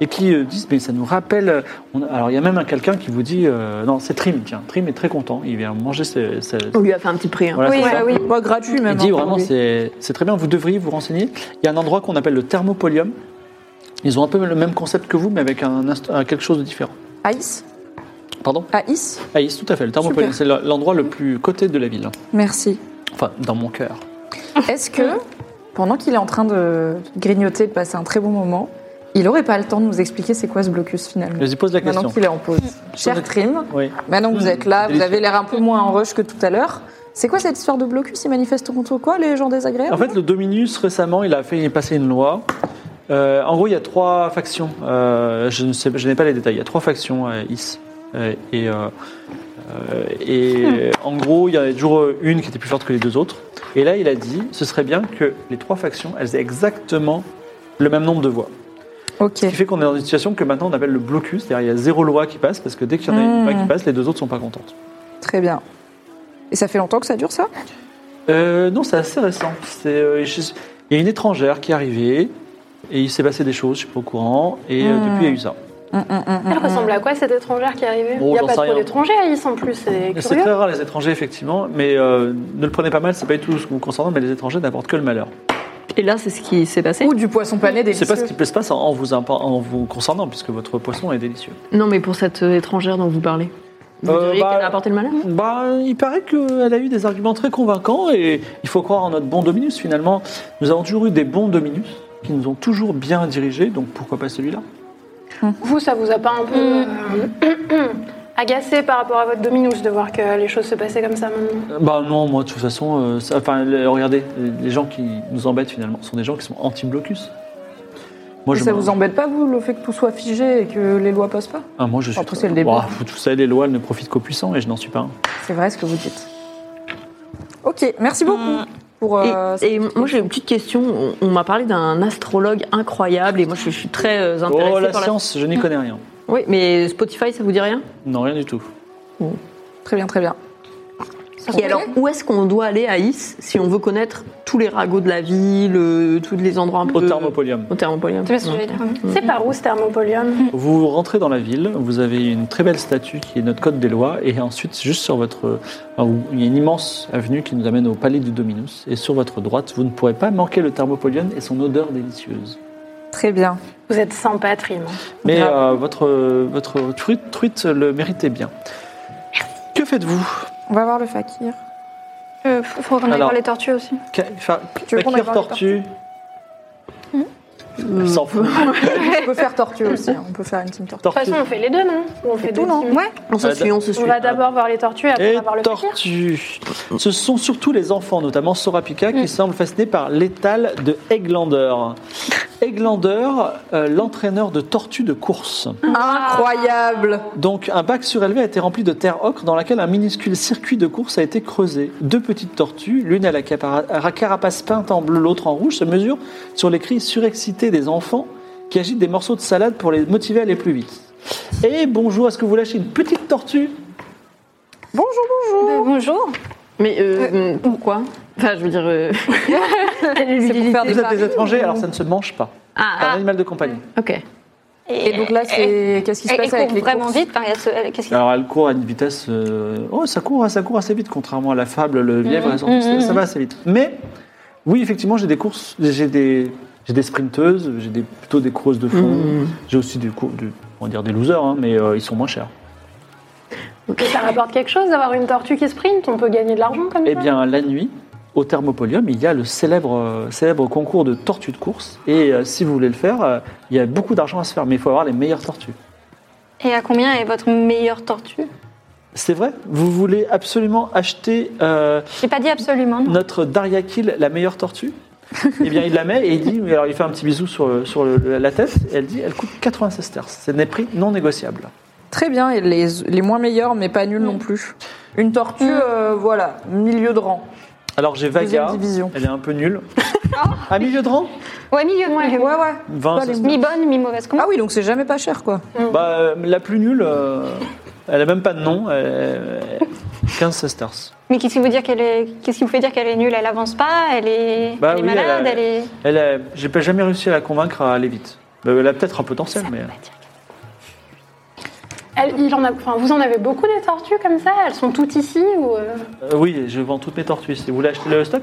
et qui euh, disent, mais ça nous rappelle. euh, on- alors, il y a même un quelqu'un qui vous dit, euh, non, c'est Trim, tiens. Trim est très content, il vient manger ses. ses- On lui a fait un petit prix. hein. voilà, Oui, c'est bah ça. oui. Moi gratuit même. Il dit vraiment, c'est c'est très bien, vous devriez vous renseigner. Il y a un endroit qu'on appelle le Thermopolium. Ils ont un peu le même concept que vous, mais avec un, inst- un quelque chose de différent. Aïs Pardon Aïs Aïs, tout à fait. Le Thermopolium, Super. c'est le- l'endroit le plus coté de la ville. Merci. Enfin, dans mon cœur. Est-ce que, pendant qu'il est en train de grignoter, de passer un très bon moment, il aurait pas le temps de nous expliquer c'est quoi ce blocus finalement Vas-y, pose la Maintenant question. qu'il est en pause. Cher Trim, Oui. maintenant que vous êtes là, vous Délicieux. avez l'air un peu moins en rush que tout à l'heure. C'est quoi cette histoire de blocus Ils manifestent contre quoi les gens désagréables En fait, le Dominus, récemment, il a fait passer une loi. Euh, en gros, il y a trois factions. Euh, je ne sais, je n'ai pas les détails. Il y a trois factions à IS. Euh, et euh, euh, et en gros, il y en a toujours euh, une qui était plus forte que les deux autres. Et là, il a dit, ce serait bien que les trois factions, elles aient exactement le même nombre de voix. Ok. Ce qui fait qu'on est dans une situation que maintenant on appelle le blocus, c'est-à-dire il y a zéro loi qui passe parce que dès qu'il y en a une Mm. loi qui passe, les deux autres sont pas contentes. Très bien. Et ça fait longtemps que ça dure ça Euh, non, c'est assez récent. C'est, euh, je- Il y a une étrangère qui est arrivée et il s'est passé des choses, je suis pas au courant, et euh, Mm. depuis il y a eu ça. Elle ressemble à quoi cette étrangère qui est arrivée Bon, Il n'y a j'en pas sais trop rien. d'étrangers à Nice en plus, c'est Et C'est curieux. très rare les étrangers effectivement, mais euh, ne le prenez pas mal, c'est pas du tout ce que vous concernant, mais les étrangers n'apportent que le malheur. Et là, c'est ce qui s'est passé. Ou du poisson pané des C'est pas ce qui se passe en- en vous, impa- en vous concernant, puisque votre poisson est délicieux. Non, mais pour cette euh, étrangère dont vous parlez. Vous Euh, diriez bah, qu'elle a apporté le malin Bah, il paraît qu'elle a eu des arguments très convaincants et il faut croire en notre bon Dominus finalement. Nous avons toujours eu des bons Dominus qui nous ont toujours bien dirigés, donc pourquoi pas celui-là Vous, ça vous a pas un peu euh, agacé par rapport à votre dominus de voir que les choses se passaient comme ça maintenant Euh, Bah non, moi de toute façon, euh, ça- enfin le- regardez, les gens qui nous embêtent finalement sont des gens qui sont anti-blocus. Moi, ça m'en- vous embête pas, vous, le fait que tout soit figé et que les lois passent pas Ah, moi je suis. Après, c'est le débat. Ouah, vous tous savez, les lois elles ne profitent qu'aux puissants et je n'en suis pas un. C'est vrai ce que vous dites. Ok, merci beaucoup pour. Et- euh, cette et, moi j'ai une petite question. On, on m'a parlé d'un astrologue incroyable et moi je, je suis très euh, intéressée Oh la par science, je n'y connais rien. Oui, mais Spotify ça vous dit rien Non, rien du tout. Très bien, très bien. Et alors où est-ce qu'on doit aller à Is si on veut connaître tous les ragots de la ville, euh, tous les endroits un peu Au Thermopolium. Au hein. Thermopolium. C'est ce que j'allais dire. C'est par où ce thermopolium Vous rentrez dans la ville, vous avez une très belle statue qui est notre code des lois, et ensuite, juste sur votre. enfin, vous- Il y a une immense avenue qui nous amène au palais du Dominus, et sur votre droite, vous ne pourrez pas manquer le Thermopolion et son odeur délicieuse. Très bien. Vous êtes sympa, Trim. Mais Grave. euh, votre, votre truite, truite le méritait bien. Que faites-vous On va voir le fakir. Euh, faut faut qu'on aille Alors. voir les tortues aussi. Ca- enfin, Tu veux qu'on aille Fakir voir les Hmm Tortue Elle s'en fout. On peut faire tortue aussi, hein. on peut faire une team tortue. De toute Tortue. façon, on fait les deux, non Ou on fait deux non teams Ouais. On se Euh, suit, on se suit. On va d'abord voir les tortues et après on Et va voir le fakir. tortues. Ce sont surtout les enfants, notamment Sorapika, qui semblent fascinés par l'étal de Eglander. Eglander, euh, l'entraîneur de tortues de course. Incroyable Donc, un bac surélevé a été rempli de terre ocre dans laquelle un minuscule circuit de course a été creusé. Deux petites tortues, l'une à la capara- à la carapace peinte en bleu, l'autre en rouge, se mesurent sur les cris surexcités des enfants qui agitent des morceaux de salade pour les motiver à aller plus vite. Et bonjour, est-ce que vous lâchez une petite tortue Bonjour, bonjour bonjour. Mais euh, pourquoi Enfin je veux dire. euh, C'est pour faire Vous des êtes des paris. étrangers, alors ça ne se mange pas. C'est un Ah, ah, animal de compagnie. ok. Et donc là, c'est. Qu'est-ce qui se Elle passe avec court les vraiment courses vite. Enfin, elle se- elle- Qu'est-ce qui Alors elle court à une vitesse... euh, Oh, ça court, ça court assez vite, contrairement à la fable, le Mm-hmm. lièvre, elles sont- mmh, ça, ça mmh. va assez vite. Mais oui, effectivement, j'ai des courses, j'ai des, j'ai des sprinteuses, j'ai des, plutôt des courses de fond, Mmh. j'ai aussi des, cours- du- on va dire des losers, hein, mais euh, ils sont moins chers. Mais ça rapporte quelque chose d'avoir une tortue qui sprint On peut gagner de l'argent comme Eh ça bien, la nuit, au Thermopolium, il y a le célèbre, euh, célèbre concours de tortues de course. Et euh, si vous voulez le faire, euh, il y a beaucoup d'argent à se faire, mais il faut avoir les meilleures tortues. Et à combien est votre meilleure tortue C'est vrai Vous voulez absolument acheter euh, J'ai pas dit absolument. non. notre Daria Kill, la meilleure tortue Eh bien, il la met et il dit, alors il fait un petit bisou sur, le- sur le- la tête, et elle dit, elle coûte 96 terces. C'est des prix non négociables. Très bien, et les, les moins meilleurs, mais pas nuls non plus. Une tortue, euh, voilà, milieu de rang. Alors j'ai Vaga, Deuxième division. elle est un peu nulle. à milieu de rang Ouais, milieu. milieu. Ouais, ouais. 20, Pas les ça- Mi-bonne, mi-mauvaise. Comment Ah oui, donc c'est jamais pas cher, quoi. Bah, euh, la plus nulle, euh, elle a même pas de nom. euh, 15 sesterces. Mais qu'est-ce qui vous dire qu'elle est Qu'est-ce qui vous fait dire qu'elle est nulle Elle avance pas. Elle est. Bah elle est oui, malade. elle Elle, a- est. Elle, a- j'ai pas jamais réussi à la convaincre à aller vite. Euh, Elle a peut-être un potentiel, mais Elle- il en a, enfin, vous en avez beaucoup des tortues comme ça Elles sont toutes ici ou euh Euh, oui, je vends toutes mes tortues. Si vous voulez acheter le stock,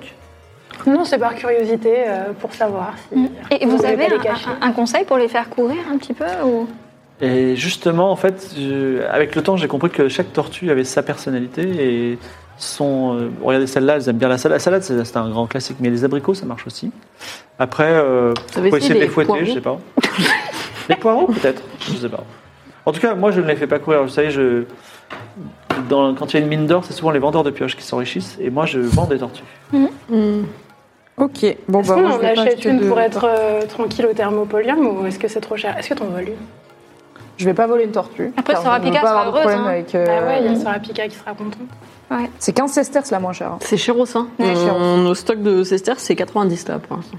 Non, c'est par curiosité euh, pour savoir si. Et Vous vous, voulez avez pas un, les cacher. un- un conseil pour les faire courir un petit peu ou... et justement, en fait, je- avec le temps, j'ai compris que chaque tortue avait sa personnalité et son. euh, regardez celle-là, elles aiment bien la salade. La salade, c'est c'est un grand classique, mais les abricots, ça marche aussi. Après, euh, avez faut essayer de essayé les les fouetter, je poireaux sais pas. les poireaux, peut-être, je sais pas. En tout cas, moi, je ne les fais pas courir. Vous savez, je... Dans, quand il y a une mine d'or, c'est souvent les vendeurs de pioches qui s'enrichissent, et moi, je vends des tortues. Ok, Mm. bon, Est-ce bah, qu'on moi, je en vais pas achète acheter une de- pour être euh, tranquille au thermopolium ou est-ce que c'est trop cher Est-ce que t'en voles une Je vais pas voler une tortue. Après, car Sarah je ne veux Picard pas sera avoir de problème heureuse, hein. avec, euh, Ah ouais, il y a Sarah Pika qui sera contente. C'est 15 sesterces la moins chère. hein. C'est cher au sein. Ouais, cher au On- Nos stocks de Cester, c'est 90 là pour l'instant.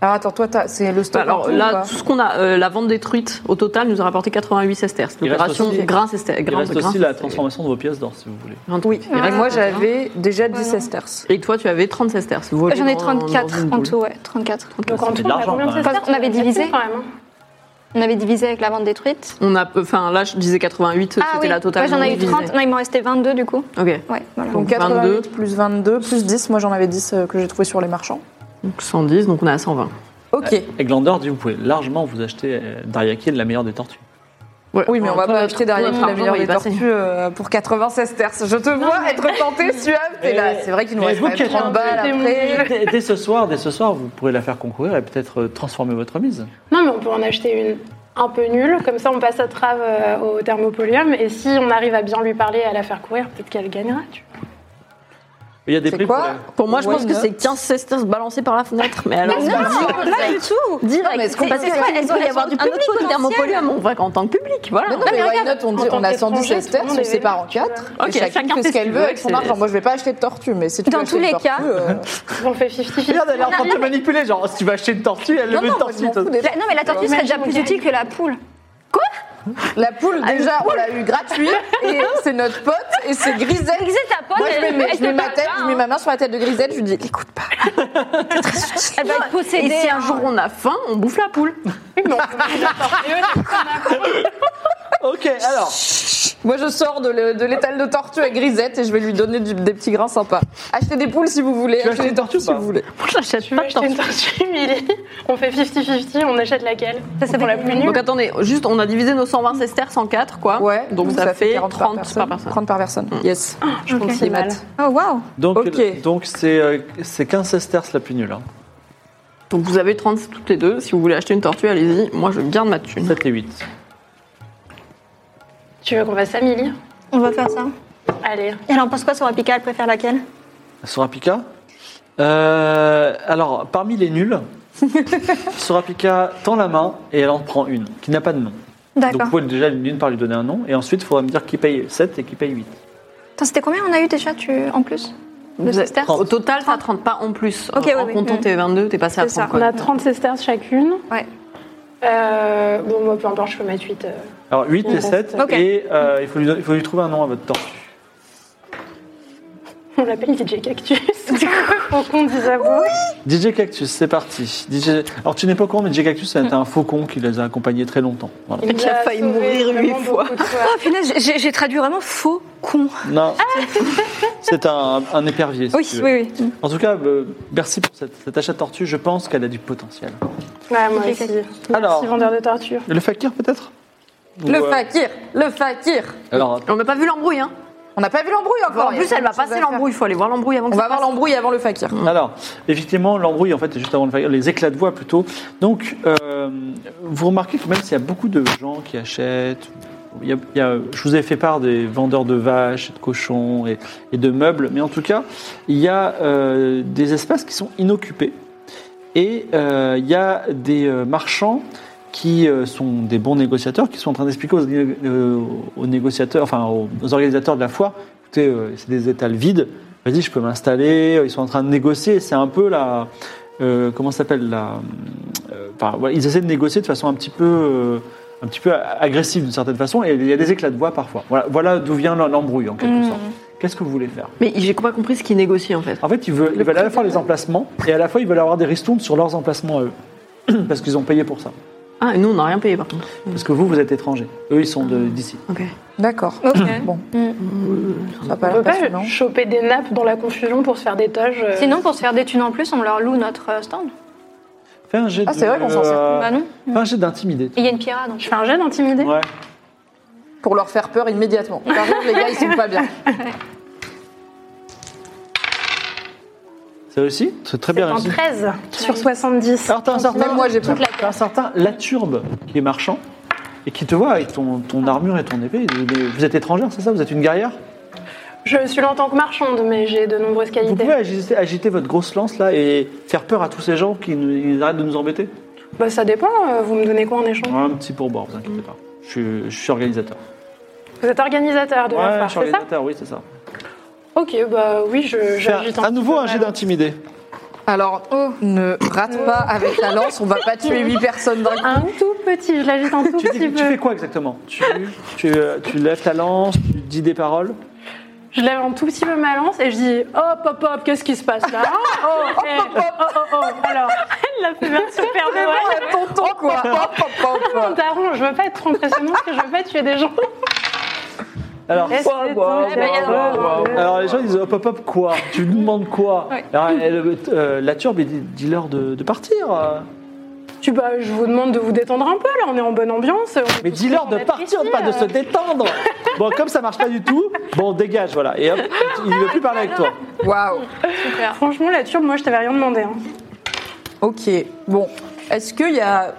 Alors attends, toi, t'as- c'est le stock. en Bah Alors tout, ou là, pas tout ce qu'on a, euh, la vente détruite au total nous a rapporté 88 sesterces. Il reste L'opération aussi- grain sesterces. Il reste aussi la transformation de vos pièces d'or, si vous voulez. Oui, Ah, et moi j'avais hein. déjà 10 Voilà. sesterces. Et toi, tu avais 30 sesterces. volées J'en ai dans- dans 34 une en boule. tout, ouais, 34. Donc Bah, Ça en fait tout, de on a l'argent, combien de quand même. sesterces Parce qu'on avait divisé. quand même. hein. On avait divisé avec la vente détruite. On a, euh, enfin là, je disais 88, ah c'était oui, la totale. Ouais, j'en ai eu divisée. 30. Non, il m'en restait 22 du coup. Ok, Ouais, voilà. Donc 22. 88 plus 22 plus 10, moi j'en avais 10 euh, que j'ai trouvé sur les marchands. donc 110, donc on est à 120. Ok, Et Glandor dit vous pouvez largement vous acheter euh, Daria Kill, la meilleure des tortues. Ouais. oui mais on va Toi, bah, pas acheter derrière notre la argent meilleure va y des passer. tortues euh, pour 96 terces. Je te vois être tenté, Suave, t'es Mais- là. C'est vrai qu'il nous mais reste vous quand même qui êtes 30 balles un peu après. Dès, dès ce soir, dès ce soir, vous pourrez la faire concourir et peut-être euh, transformer votre mise. Non, mais on peut en acheter une un peu nulle, comme ça on passe à trave euh, au thermopolium et si on arrive à bien lui parler et à la faire courir, peut-être qu'elle gagnera. Tu Il y a des C'est prix quoi pour la- Pour moi, je Why pense que not c'est 15 sesterces balancées par la fenêtre. Mais alors, Pas du tout. direct. mais est-ce qu'on Parce peut- que elles il sont- doit y elles avoir sont du un public public au potentiel. Thermopolium, on va en tant que public, Mais voilà. non, mais why not, on, dit, en on tant a 110 qu'étranger, tout le sesterces, on monde est sépare en vivant, 4. vois. et Ok, chacun fait ce chacun fait qu'elle ce veut qu'il avec veut, son c'est- argent. Moi je vais pas acheter de tortue, mais si tu Dans veux tous acheter une les cas. tortue, euh, vois. on fait 50-50. Regarde, elle est en train de te manipuler, genre si tu vas acheter une tortue, elle Non, veut non, une moi, je tortue. m'en fous des- La- non, mais la tortue serait déjà plus utile que la poule. La poule, Ah, déjà, on l'a eu gratuite, et c'est notre pote, et c'est Grisette. Existe ta pote. Moi, je elle- mets, elle je mets te ma parle tête, pas, je mets hein. ma main sur la tête de Grisette, je lui dis écoute pas. Elle va être possédée. Et si hein. un jour on a faim, on bouffe la poule. Ok, alors. Moi, je sors de le- de l'étal de tortue à Grisette et je vais lui donner du- des petits grains sympas. Achetez des poules si vous voulez, Tu veux achetez acheter des une tortues tortue si ou pas vous voulez. Moi, j'achète Tu veux pas de acheter une tortue. tortue, Milly On fait 50-50, on achète laquelle Ça, c'est pour la plus Donc nulle. attendez, juste on a divisé nos 120 sesterces en 4 quoi. Ouais, donc ça, fait 30 par personne. 30 par personne. Yes. Je Ok. compte les maths. Oh waouh. Donc, Ok. donc c'est euh, c'est 15 sesterces la plus nulle. Hein. Donc vous avez 30 toutes les deux. Si vous voulez acheter une tortue, allez-y. Moi je garde ma thune. 7 et 8. Tu veux qu'on fasse ça, Milly On va faire ça. Allez. Et elle en pense quoi sur Apika Elle préfère laquelle Sorapika euh, Alors, parmi les nuls, Sorapika tend la main et elle en prend une qui n'a pas de nom. Donc, D'accord. vous pouvez déjà d'une part lui donner un nom et ensuite, il faudra me dire qui paye 7 et qui paye 8. Attends, c'était combien on a eu déjà tu... en plus De Vous êtes- sesterces Au total, ça 30 pas en plus. Ok, en ouais, ouais. comptant Mm. tes 22, t'es passé à C'est ça. 30. On quoi. a 30 sesterces chacune. Ouais. Euh, bon, moi, peu importe, je peux mettre 8. euh. Alors, 8 Oh, et Mhm. 7 Ok. et euh, il, faut lui, don- il faut lui trouver un nom à votre tortue. On l'appelle DJ Cactus. Faut qu'on dise à voix. DJ Cactus, c'est parti. DJ... Alors, tu n'es pas au courant, mais DJ Cactus, c'était un faucon qui les a accompagnés très longtemps. Voilà. Il Qui a nous failli sauvé mourir vraiment huit fois. beaucoup de Oh punaise, j'ai j'ai traduit vraiment faux con. Non, c'est un, un épervier. si Oui, tu veux. oui, oui. En tout cas, euh, merci pour cette, cette achat de tortue. Je pense qu'elle a du potentiel. Ouais, moi DJ aussi. Cactus. Merci, Alors. vendeur de torture. Le fakir, peut-être Le Ou, euh, fakir, le fakir. Alors, On n'a pas vu l'embrouille, hein On n'a pas vu l'embrouille encore. En il y a plus, elle plein de va choses à passer faire. l'embrouille. Il faut aller voir l'embrouille avant que On ça va voir passe. l'embrouille avant le fakir. Alors, effectivement, l'embrouille, en fait, est juste avant le fa- les éclats de voix plutôt. Donc, euh, vous remarquez que même s'il y a beaucoup de gens qui achètent, il y a- il y a- je vous ai fait part des vendeurs de vaches, et de cochons et, et de meubles, mais en tout cas, il y a euh, des espaces qui sont inoccupés. Et euh, il y a des euh, marchands qui euh, sont des bons négociateurs, qui sont en train d'expliquer aux, né- euh, aux négociateurs, enfin aux, aux organisateurs de la foire, écoutez, euh, c'est des étals vides, vas-y, je peux m'installer, ils sont en train de négocier, c'est un peu la... euh, comment ça s'appelle la... euh, enfin, voilà, ils essaient de négocier de façon un petit peu... euh, un petit peu agressive d'une certaine façon, et il y a des éclats de voix parfois. Voilà, voilà d'où vient l'embrouille, en quelque sorte. Qu'est-ce que vous voulez faire Mais j'ai pas compris ce qu'il négocie en fait. en fait, ils veulent, ils veulent à la fois les emplacements et à la fois ils veulent avoir des ristournes sur leurs emplacements à eux. Parce qu'ils ont payé pour ça. Ah, et nous on n'a rien payé par contre. Parce que vous, vous êtes étrangers. Eux, ils sont de- d'ici. Ok. D'accord. Bon, ça va pas On peut l'air Bah, pas passionnant. choper des nappes dans la confusion pour se faire des toges. euh, Sinon, pour se faire des thunes en plus, on leur loue notre euh, stand. Fais un jet Ah, c'est de- vrai qu'on s'en sert. Bah non. Fais un jet d'intimider. Et Il y a une pirate. donc. Je fais un jet d'intimider. Ouais. Pour leur faire peur immédiatement. Par contre, les gars, ils sont pas bien. C'est réussi C'est très Ah, bien En réussi. 13 sur 70. Alors, t'as un certain, Même moi, j'ai peur. t'as un certain Laturbe qui est marchand et qui te voit avec ton, ton armure et ton épée. Il dit, Mais vous êtes étrangère, c'est ça Vous êtes une guerrière Je suis longtemps que marchande, mais j'ai de nombreuses Vous qualités. pouvez agiter, agiter votre grosse lance là et faire peur à tous ces gens qui nous- ils arrêtent de nous embêter Bah, ça dépend, euh, vous me donnez quoi en échange Un petit pourboire, vous inquiétez pas. Je suis, je suis organisateur. Vous êtes organisateur de Ouais, la je suis foire, c'est ça organisateur, oui, c'est ça. Ok, bah oui, je- Fais un- j'agite à nouveau un petit jet peu. d'intimider. Alors, ne rate pas avec la lance, on va pas tuer 8 personnes d'un coup. Un tout petit, je l'agite un tout Tu, dis- petit tu peu. fais quoi exactement tu, tu, euh, tu lèves ta lance, tu dis des paroles. Je lève un tout petit peu ma lance et je dis hop hop hop, qu'est-ce qui se passe là Oh, eh, oh, oh, oh, alors, elle l'a fait bien super Mais Noël. vraiment, un tonton, quoi. Hop, hop, hop, Mon hop. daron, je veux pas être trop impressionnante parce que je veux pas tuer des gens. Alors, Laisse quoi, les quoi, tomber, quoi, bah, y a- quoi, quoi, quoi. Alors, les gens disent hop hop hop quoi Tu nous demandes quoi Alors, elle, euh, la turbe elle dit dis-leur de, de partir. euh. Tu bah, je vous demande de vous détendre un peu là, on est en bonne ambiance. Mais dis-leur de partir, pas euh. de se détendre. Bon, comme ça marche pas du tout, bon dégage voilà. Et hop, il ne veut plus parler avec toi. Waouh. Franchement, la turbe, moi je t'avais rien demandé. hein. Ok, bon. Est-ce qu'il y a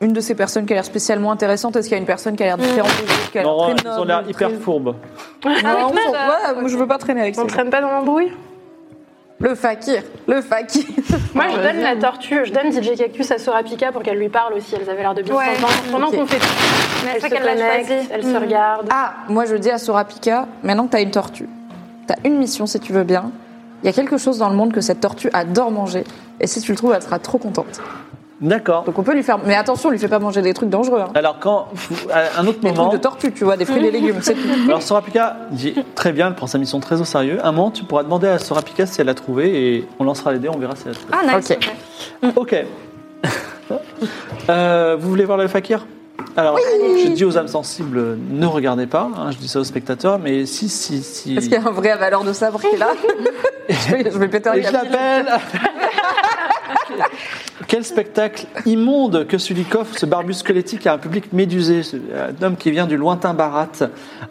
une de ces personnes qui a l'air spécialement intéressante Est-ce qu'il y a une personne qui Mm. a l'air différente des autres, qui a l'air Non, très ils ont l'air noble, hyper très- fourbes. Non, on s'en- ouais, moi, je veux pas traîner avec ça. On traîne pas dans l'embrouille Le fakir, le fakir. Moi, je donne la tortue, je donne DJ Cactus à Sorapika pour qu'elle lui parle aussi. Elles avaient l'air de bien Ouais. s'entendre. Pendant Ok. qu'on fait tout, Mais elles elle se sait qu'elle l'a connectent, choisi. elles se regardent. Ah, moi je dis à Sorapika, maintenant que t'as une tortue, t'as une mission si tu veux bien. Il y a quelque chose dans le monde que cette tortue adore manger. Et si tu le trouves, elle sera trop contente. D'accord. Donc on peut lui faire. Mais attention, lui fais pas manger des trucs dangereux. Hein. Alors, quand. À un autre Des moment. trucs de tortue, tu vois, des fruits et des légumes, c'est tout. Alors Sorapika dit très bien, elle prend sa mission très au sérieux. Un moment, tu pourras demander à Sorapika si elle l'a trouvé et on lancera les dés, on verra si elle l'a trouvé. Ah, nice. Ok. ok. Ok. Euh, vous voulez voir le fakir Alors, je dis aux âmes sensibles, euh, ne regardez pas. hein, je dis ça aux spectateurs, mais si, si, si. Est-ce qu'il y a un vrai valeur de sabre qui est là je, vais, je vais péter un Et je câble. l'appelle Quel spectacle immonde que Sulikov, ce barbu squelettique à un public médusé, ce- un homme qui vient du lointain Barat.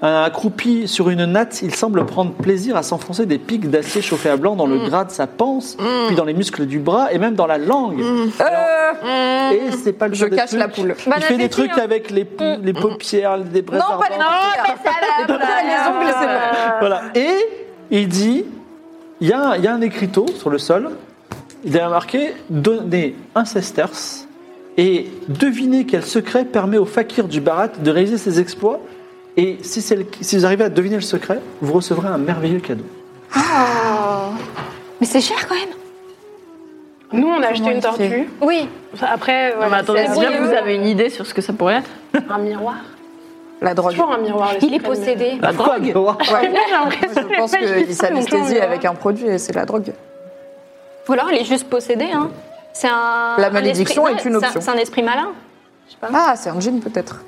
Accroupi sur une natte, il semble prendre plaisir à s'enfoncer des pics d'acier chauffé à blanc dans Mm. le gras de sa panse, puis dans les muscles du bras et même dans la langue. Alors, et c'est pas le Mm. Euh, Je genre de cache truc. la poule. il fait des appétit, trucs hein. avec les, pou- les paupières, les braises Non, pas les ardentes. paupières. Les ongles, c'est bon. Voilà. Euh, Et il dit il y, a un- il y a un écriteau sur le sol. Il a marqué Donnez un sesterce et devinez quel secret permet au fakir du Barat de réaliser ses exploits. Et si, c'est le- si vous arrivez à deviner le secret, vous recevrez un merveilleux cadeau. Mais c'est cher quand même. Nous, on a acheté une il fait tortue. Oui. Après, Non, mais voilà, attendez, c'est c'est bien que brouilleux. vous avez une idée sur ce que ça pourrait être. un miroir. La drogue. Toujours un miroir. les Il est secrets de- possédé. Un quoi, Noah Ouais. J'ai l'impression Je pense que j'ai qu'il s'anesthésie longtemps, avec un produit et c'est la drogue. Ou alors, il est juste possédé. Hein. C'est un. La un malédiction esprit- est une ouais, c'est un- option. C'est un esprit malin. Ah, c'est un jean peut-être.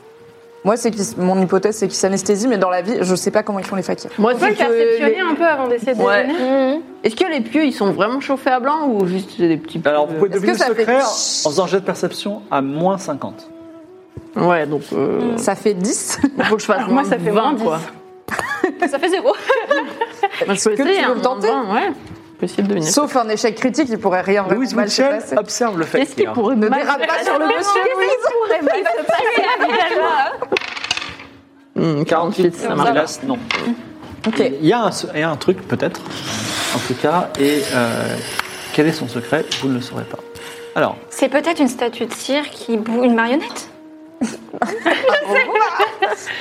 Moi, c'est qu'il s- mon hypothèse, c'est qu'il s'anesthésie, mais dans la vie, je sais pas comment ils font les fakirs. Moi, On peut c'est le que perceptionner les- un peu avant d'essayer de Ouais. deviner. Mhm. Est-ce que les pieux ils sont vraiment chauffés à blanc ou juste des petits pieux Alors, vous pouvez Est-ce deviner que le ça fait secret en faisant un jet de perception à moins 50. Ouais, donc euh, Ça fait 10. faut que je fasse Alors, moi, moins ça fait 20, moins quoi. Ça fait zéro. Moi, je peux que essayer, tu veux hein, me tenter en vrai, ouais. Possible de venir. Sauf un échec critique, il pourrait rien vraiment Louise mal se Mitchell passer. observe le fait. Qu'est-ce qui qu'il y a. pourrait Ne mal se dérape pas passer sur le monsieur, Louise. Hum, 48, ça marche. Hélas, non. Ok. Il y a un, il y a un truc, peut-être, en tout cas, et euh, quel est son secret Vous ne le saurez pas. Alors, C'est peut-être une statue de cire qui boue une marionnette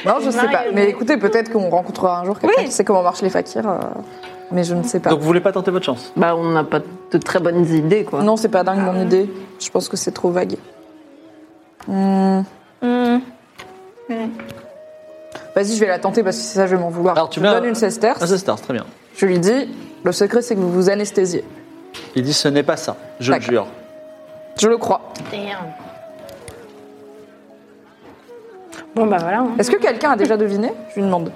Non, je sais pas. Mais écoutez, peut-être qu'on rencontrera un jour quelqu'un Oui. qui sait comment marchent les fakirs. euh, Mais je ne sais pas. donc vous voulez pas tenter votre chance Bah, on n'a pas de très bonnes idées, quoi. Non, c'est pas dingue mon idée. Je pense que c'est trop vague. Hmm. Vas-y, je vais la tenter parce que c'est ça, je vais m'en vouloir. Alors, tu je mets donne un- une sesterce. Ah, c'est Stars, très bien. Je lui dis, le secret, c'est que vous vous anesthésiez. Il dit ce n'est pas ça, je le D'accord. jure. Je le crois. Bon, bah voilà. hein. Est-ce que quelqu'un a déjà deviné Je lui demande.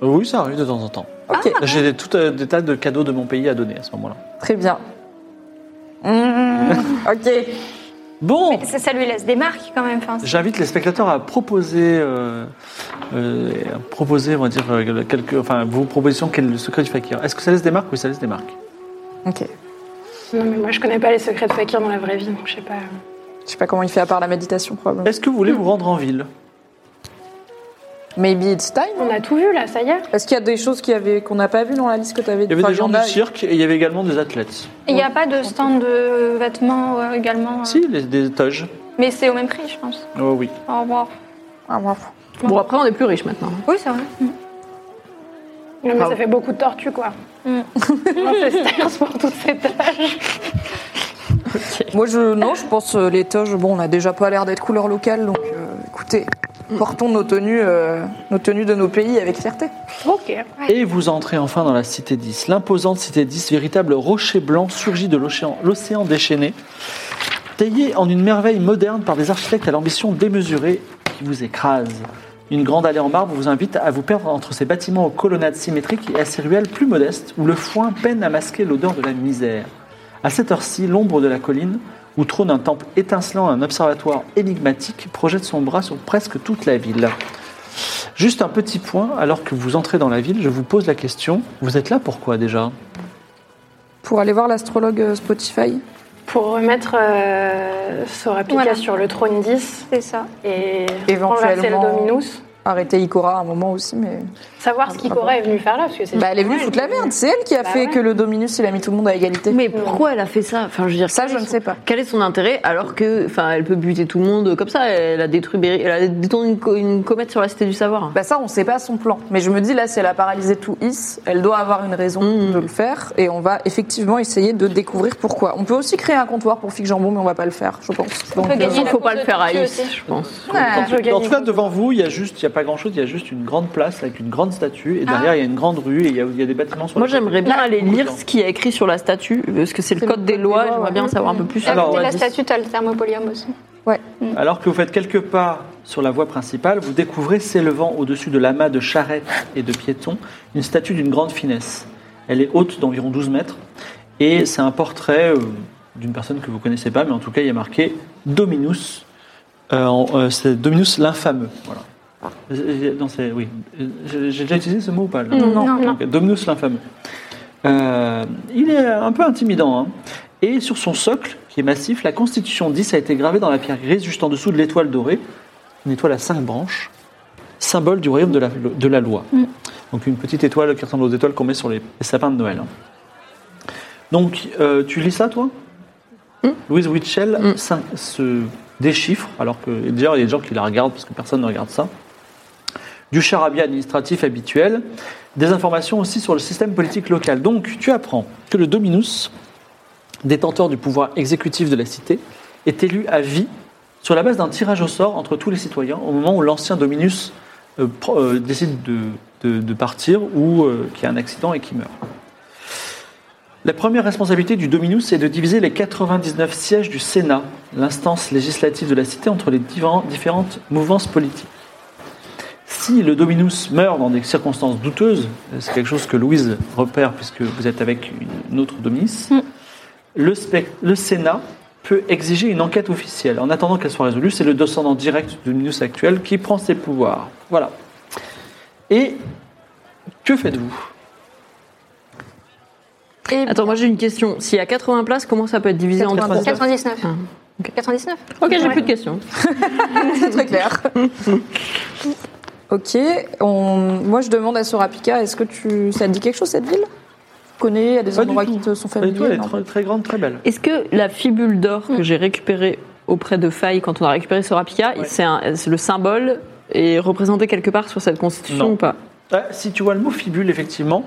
Oui, ça arrive de temps en temps. Ok, J'ai des- tout euh, des tas de cadeaux de mon pays à donner à ce moment-là. très bien. Mmh, ok. Bon, Ça, ça lui laisse des marques quand même. Enfin, c'est- j'invite les spectateurs à proposer, euh, euh, à proposer, on va dire, euh, quelques, enfin, vos propositions, quel est le secret du fakir Est-ce que ça laisse des marques Oui, ça laisse des marques. Ok. Non, mais moi, je connais pas les secrets de fakir dans la vraie vie, donc je sais pas. Je sais pas comment il fait à part la méditation, probablement. Est-ce que vous voulez vous rendre en ville Maybe it's time On a tout vu là, ça y est. Est-ce qu'il y a des choses qu'il y avait- qu'on n'a pas vues dans la liste que tu avais Il y avait des gens du cirque et il y avait également des athlètes. Il n'y a pas de stand de vêtements euh, également. euh, Si, les- des toges. Mais c'est au même prix, je pense. Oh oui. Au revoir. Ah, Bon, après, on est plus riches maintenant. Oui, c'est vrai. Non, Ah mais ça fait beaucoup de tortues, quoi. Non, c'est stars pour toutes ces tâches. Moi, je, non, je pense euh, les toges, bon, on n'a déjà pas l'air d'être couleur locale, donc euh, écoutez, portons nos tenues, euh, nos tenues de nos pays avec fierté. Ok. Et vous entrez enfin dans la cité 10. L'imposante cité 10, véritable rocher blanc, surgit de l'océan l'océan déchaîné, taillé en une merveille moderne par des architectes à l'ambition démesurée qui vous écrase. Une grande allée en marbre vous invite à vous perdre entre ces bâtiments aux colonnades symétriques et à ces ruelles plus modestes où le foin peine à masquer l'odeur de la misère. À cette heure-ci, l'ombre de la colline, où trône un temple étincelant et un observatoire énigmatique, projette son bras sur presque toute la ville. Juste un petit point, alors que vous entrez dans la ville, je vous pose la question, vous êtes là pourquoi déjà Pour aller voir l'astrologue euh, Spotify. Pour remettre euh, Sorapika Voilà. sur le trône 10 C'est ça. et Éventuellement. renverser le Dominus. Arrêter Ikora à un moment aussi, mais. Savoir ce qu'Ikora est venu faire là, parce que c'est. Ah, Bah, elle est venue foutre la merde, c'est elle qui a Bah fait ouais. que le Dominus, il a mis tout le monde à égalité. Mais pourquoi elle a fait ça Enfin, je veux dire, Ça, quel je est ne son- sais pas. Quel est son intérêt alors que, enfin, elle peut buter tout le monde comme ça Elle a détruit, Berry- elle a détourné une, co- une comète sur la cité du savoir. Bah ça, on sait pas son plan. Mais je me dis, là, si elle a paralysé tout Is, elle doit avoir une raison Mhm. de le faire. Et on va effectivement essayer de découvrir pourquoi. On peut aussi créer un comptoir pour Fig Jambon, mais on va pas le faire, je pense. Donc, peut euh, gagner Il la faut pas course le de faire à Tokyo Is, aussi. je pense. ouais. En tout cas, devant vous, il y a juste, il y a pas grand-chose, il y a juste une grande place avec une grande statue, et derrière il y a une grande rue, et il y a, il y a des bâtiments sur Ah. Moi, les j'aimerais côtés. bien aller Beaucoup de lire gens. ce qui est écrit sur la statue, parce que c'est le code des lois. J'aimerais bien savoir un peu plus. Et à sur Alors, côté de la la loi statue, t'as le thermopolium aussi. Mm. Alors que vous faites quelques pas sur la voie principale, vous découvrez s'élevant au-dessus de l'amas de charrettes et de piétons une statue d'une grande finesse. Elle est haute d'environ 12 mètres et c'est un portrait euh, d'une personne que vous connaissez pas, mais en tout cas il y a marqué Dominus. Euh, en- euh, c'est Dominus l'infameux. Voilà. Euh, non, c'est- oui. Euh, J'ai j'ai déjà utilisé ce mot ou pas là non. non. donc, Dominus l'infameux. Euh, il est un peu intimidant. hein. Et sur son socle, qui est massif, la Constitution 10 a été gravée dans la pierre grise juste en dessous de l'étoile dorée, une étoile à cinq branches, symbole du royaume de la, de la loi. Donc une petite étoile qui ressemble aux étoiles qu'on met sur les, les sapins de Noël. hein. Donc euh, tu lis ça, toi Louise Witchell s'in- se déchiffre, alors que d'ailleurs il y a des gens qui la regardent parce que personne ne regarde ça du charabia administratif habituel, des informations aussi sur le système politique local. Donc, tu apprends que le Dominus, détenteur du pouvoir exécutif de la cité, est élu à vie sur la base d'un tirage au sort entre tous les citoyens au moment où l'ancien Dominus euh, pro- euh, décide de, de- de partir ou euh, qu'il y a un accident et qu'il meurt. La première responsabilité du Dominus est de diviser les 99 sièges du Sénat, l'instance législative de la cité, entre les divins- différentes mouvances politiques. Si le Dominus meurt dans des circonstances douteuses, c'est quelque chose que Louise repère puisque vous êtes avec une autre Dominus, le, spec- le Sénat peut exiger une enquête officielle. En attendant qu'elle soit résolue, c'est le descendant direct du Dominus actuel qui prend ses pouvoirs. Voilà. Et Que faites-vous Et Attends, moi j'ai une question. S'il y a 80 places, comment ça peut être divisé en trois 99. Ah, 99 Ok, j'ai plus de questions. C'est très clair. ok, on- moi je demande à Sorapika, est-ce que tu... ça te dit quelque chose cette ville Tu connais, il y a des Pas du endroits tout. qui te sont Pas du tout, elle familiers est non très, très grande, très belle. Est-ce que la fibule d'or que j'ai récupérée auprès de Faye quand on a récupéré Sorapika, Ouais. c'est un- c'est le symbole et représenté quelque part sur cette constitution Non. ou pas Ah, si tu vois le mot fibule, effectivement,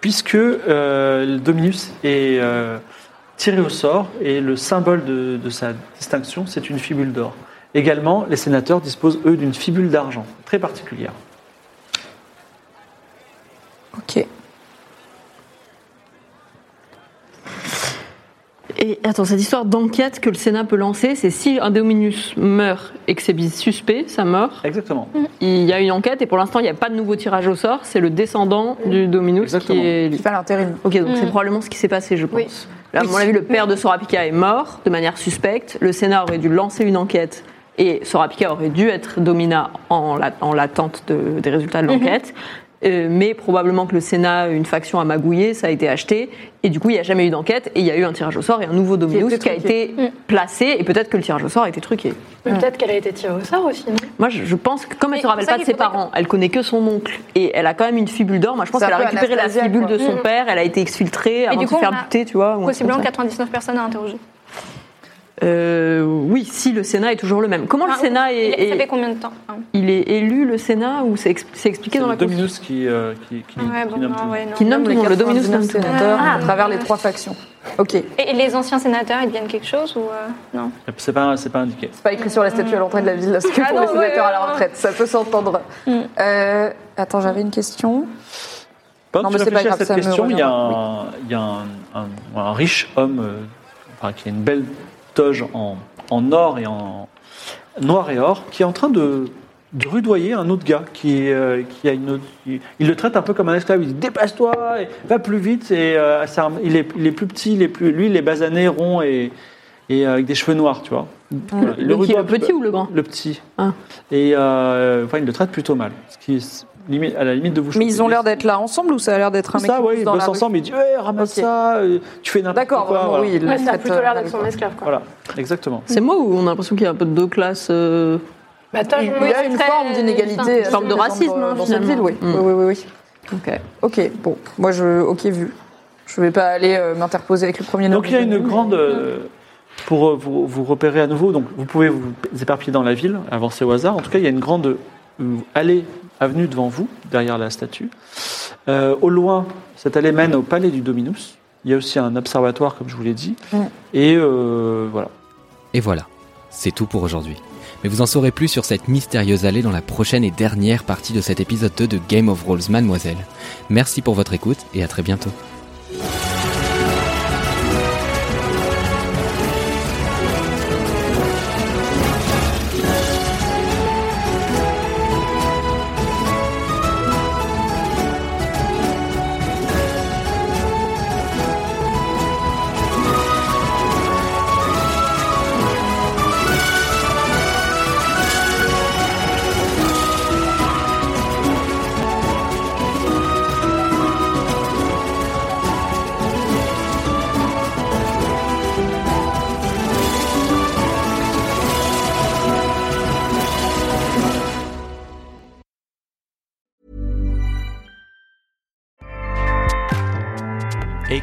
puisque euh, Dominus est euh, tiré au sort et le symbole de, de sa distinction, c'est une fibule d'or. Également, les sénateurs disposent, eux, d'une fibule d'argent, très particulière. Ok. Et attends, cette histoire d'enquête que le Sénat peut lancer, c'est si un Dominus meurt et que c'est bis- suspect, sa mort, Exactement. il y a une enquête et pour l'instant il n'y a pas de nouveau tirage au sort, c'est le descendant du Dominus Exactement. qui est. Qui fait l'intérim. Ok, donc c'est probablement ce qui s'est passé, je pense. Oui. Là, à mon avis, le père de Sorapika est mort de manière suspecte. Le Sénat aurait dû lancer une enquête et Sorapika aurait dû être domina en la- en l'attente de- des résultats de l'enquête. Euh, mais probablement que le Sénat, une faction a magouillé, ça a été acheté. Et du coup, il n'y a jamais eu d'enquête. Et il y a eu un tirage au sort et un nouveau Dominus qui, été a été placé. Et peut-être que le tirage au sort a été truqué. Mais Peut-être qu'elle a été tirée au sort aussi, non Moi, je, je pense que comme elle ne Mais se rappelle c'est ça pas de ses qu'il faudrait parents, elle connaît que son oncle. Et elle a quand même une fibule d'or. Moi, je pense C'est un qu'elle a peu récupéré la Anastasia, fibule quoi. de son Mhm. père. Elle a été exfiltrée avant du de se coup, faire on a buter, tu vois. ou un truc Possiblement comme ça. 99 personnes à interroger. Euh, oui, si le Sénat est toujours le même. Comment le Enfin, Sénat est, il- Ah, Ça fait est- combien de temps hein il est élu le Sénat ou c'est ex- c'est expliqué C'est dans le la Dominus Constitution qui, euh, qui, qui- qui Ouais, bon, nomme ah, tout le monde. ouais, non. Qui nomme tout le monde, le Les Dominus nomme 99 tout le monde. sénateurs Ah. à travers les trois factions. Ok, c'est Et et les anciens sénateurs, ils deviennent quelque chose ou euh, non C'est pas, c'est pas indiqué. pas écrit sur la statue à l'entrée de la ville, parce que Ah pour non, les sénateurs ouais, à la ouais, retraite, ça peut s'entendre. Euh, attends, j'avais une question. Pendant Non, que tu mais réfléchis à c'est pas grave, cette ça me question, il y a revient. un, il y a un- un- un riche homme euh, enfin, qui a une belle toge en, en or et en noir et or qui est en train de, de rudoyer un autre gars qui, euh, qui a une. qui- il le traite un peu comme un esclave. Il dit Dépasse-toi, et va plus vite. Et, euh, c'est un- il, est, il est plus petit, il est plus, lui, il est basané, rond et, et euh, avec des cheveux noirs, tu vois. Voilà, il Le, qui- rudoie le un petit petit peu. ou le grand Le petit. Ah. Et euh, enfin, il le traite plutôt mal. Ce qui est limite- à la limite de vous Mais ils ont choquer. l'air d'être là ensemble ou ça a l'air d'être un Tout mec ça, qui ouais, pousse ils dans la bossent rue ensemble, ils disent Eh, ramasse Ok. ça, euh, tu fais n'importe quoi. D'accord, vraiment, voilà. oui. ils le Ouais, ça a traitent, plutôt euh, l'air avec d'être son quoi. esclave, quoi. Voilà, exactement. C'est moi ou on a l'impression qu'il y a un peu de deux classes euh, Bah, toi, je- Il y a une c'est forme très- d'inégalité. une euh, forme de dans- racisme, hein, dans cette finalement. ville, oui. Mm. Oui, oui, oui, oui. ok. Ok, bon, moi je. Ok, vu. Je vais pas aller euh, m'interposer avec le premier Donc il y a Norvégien. une grande. euh, pour euh, vous, vous repérer à nouveau, donc vous pouvez vous éparpiller dans la ville, avancer au hasard. En tout cas, il y a une grande euh, allée, avenue devant vous, derrière la statue. Euh, au loin, cette allée mène au palais du Dominus. Il y a aussi un observatoire, comme je vous l'ai dit. Ouais. Et euh, voilà. Et voilà, c'est tout pour aujourd'hui. Mais vous en saurez plus sur cette mystérieuse allée dans la prochaine et dernière partie de cet épisode 2 de Game of Rolls, mademoiselle. Merci pour votre écoute et à très bientôt.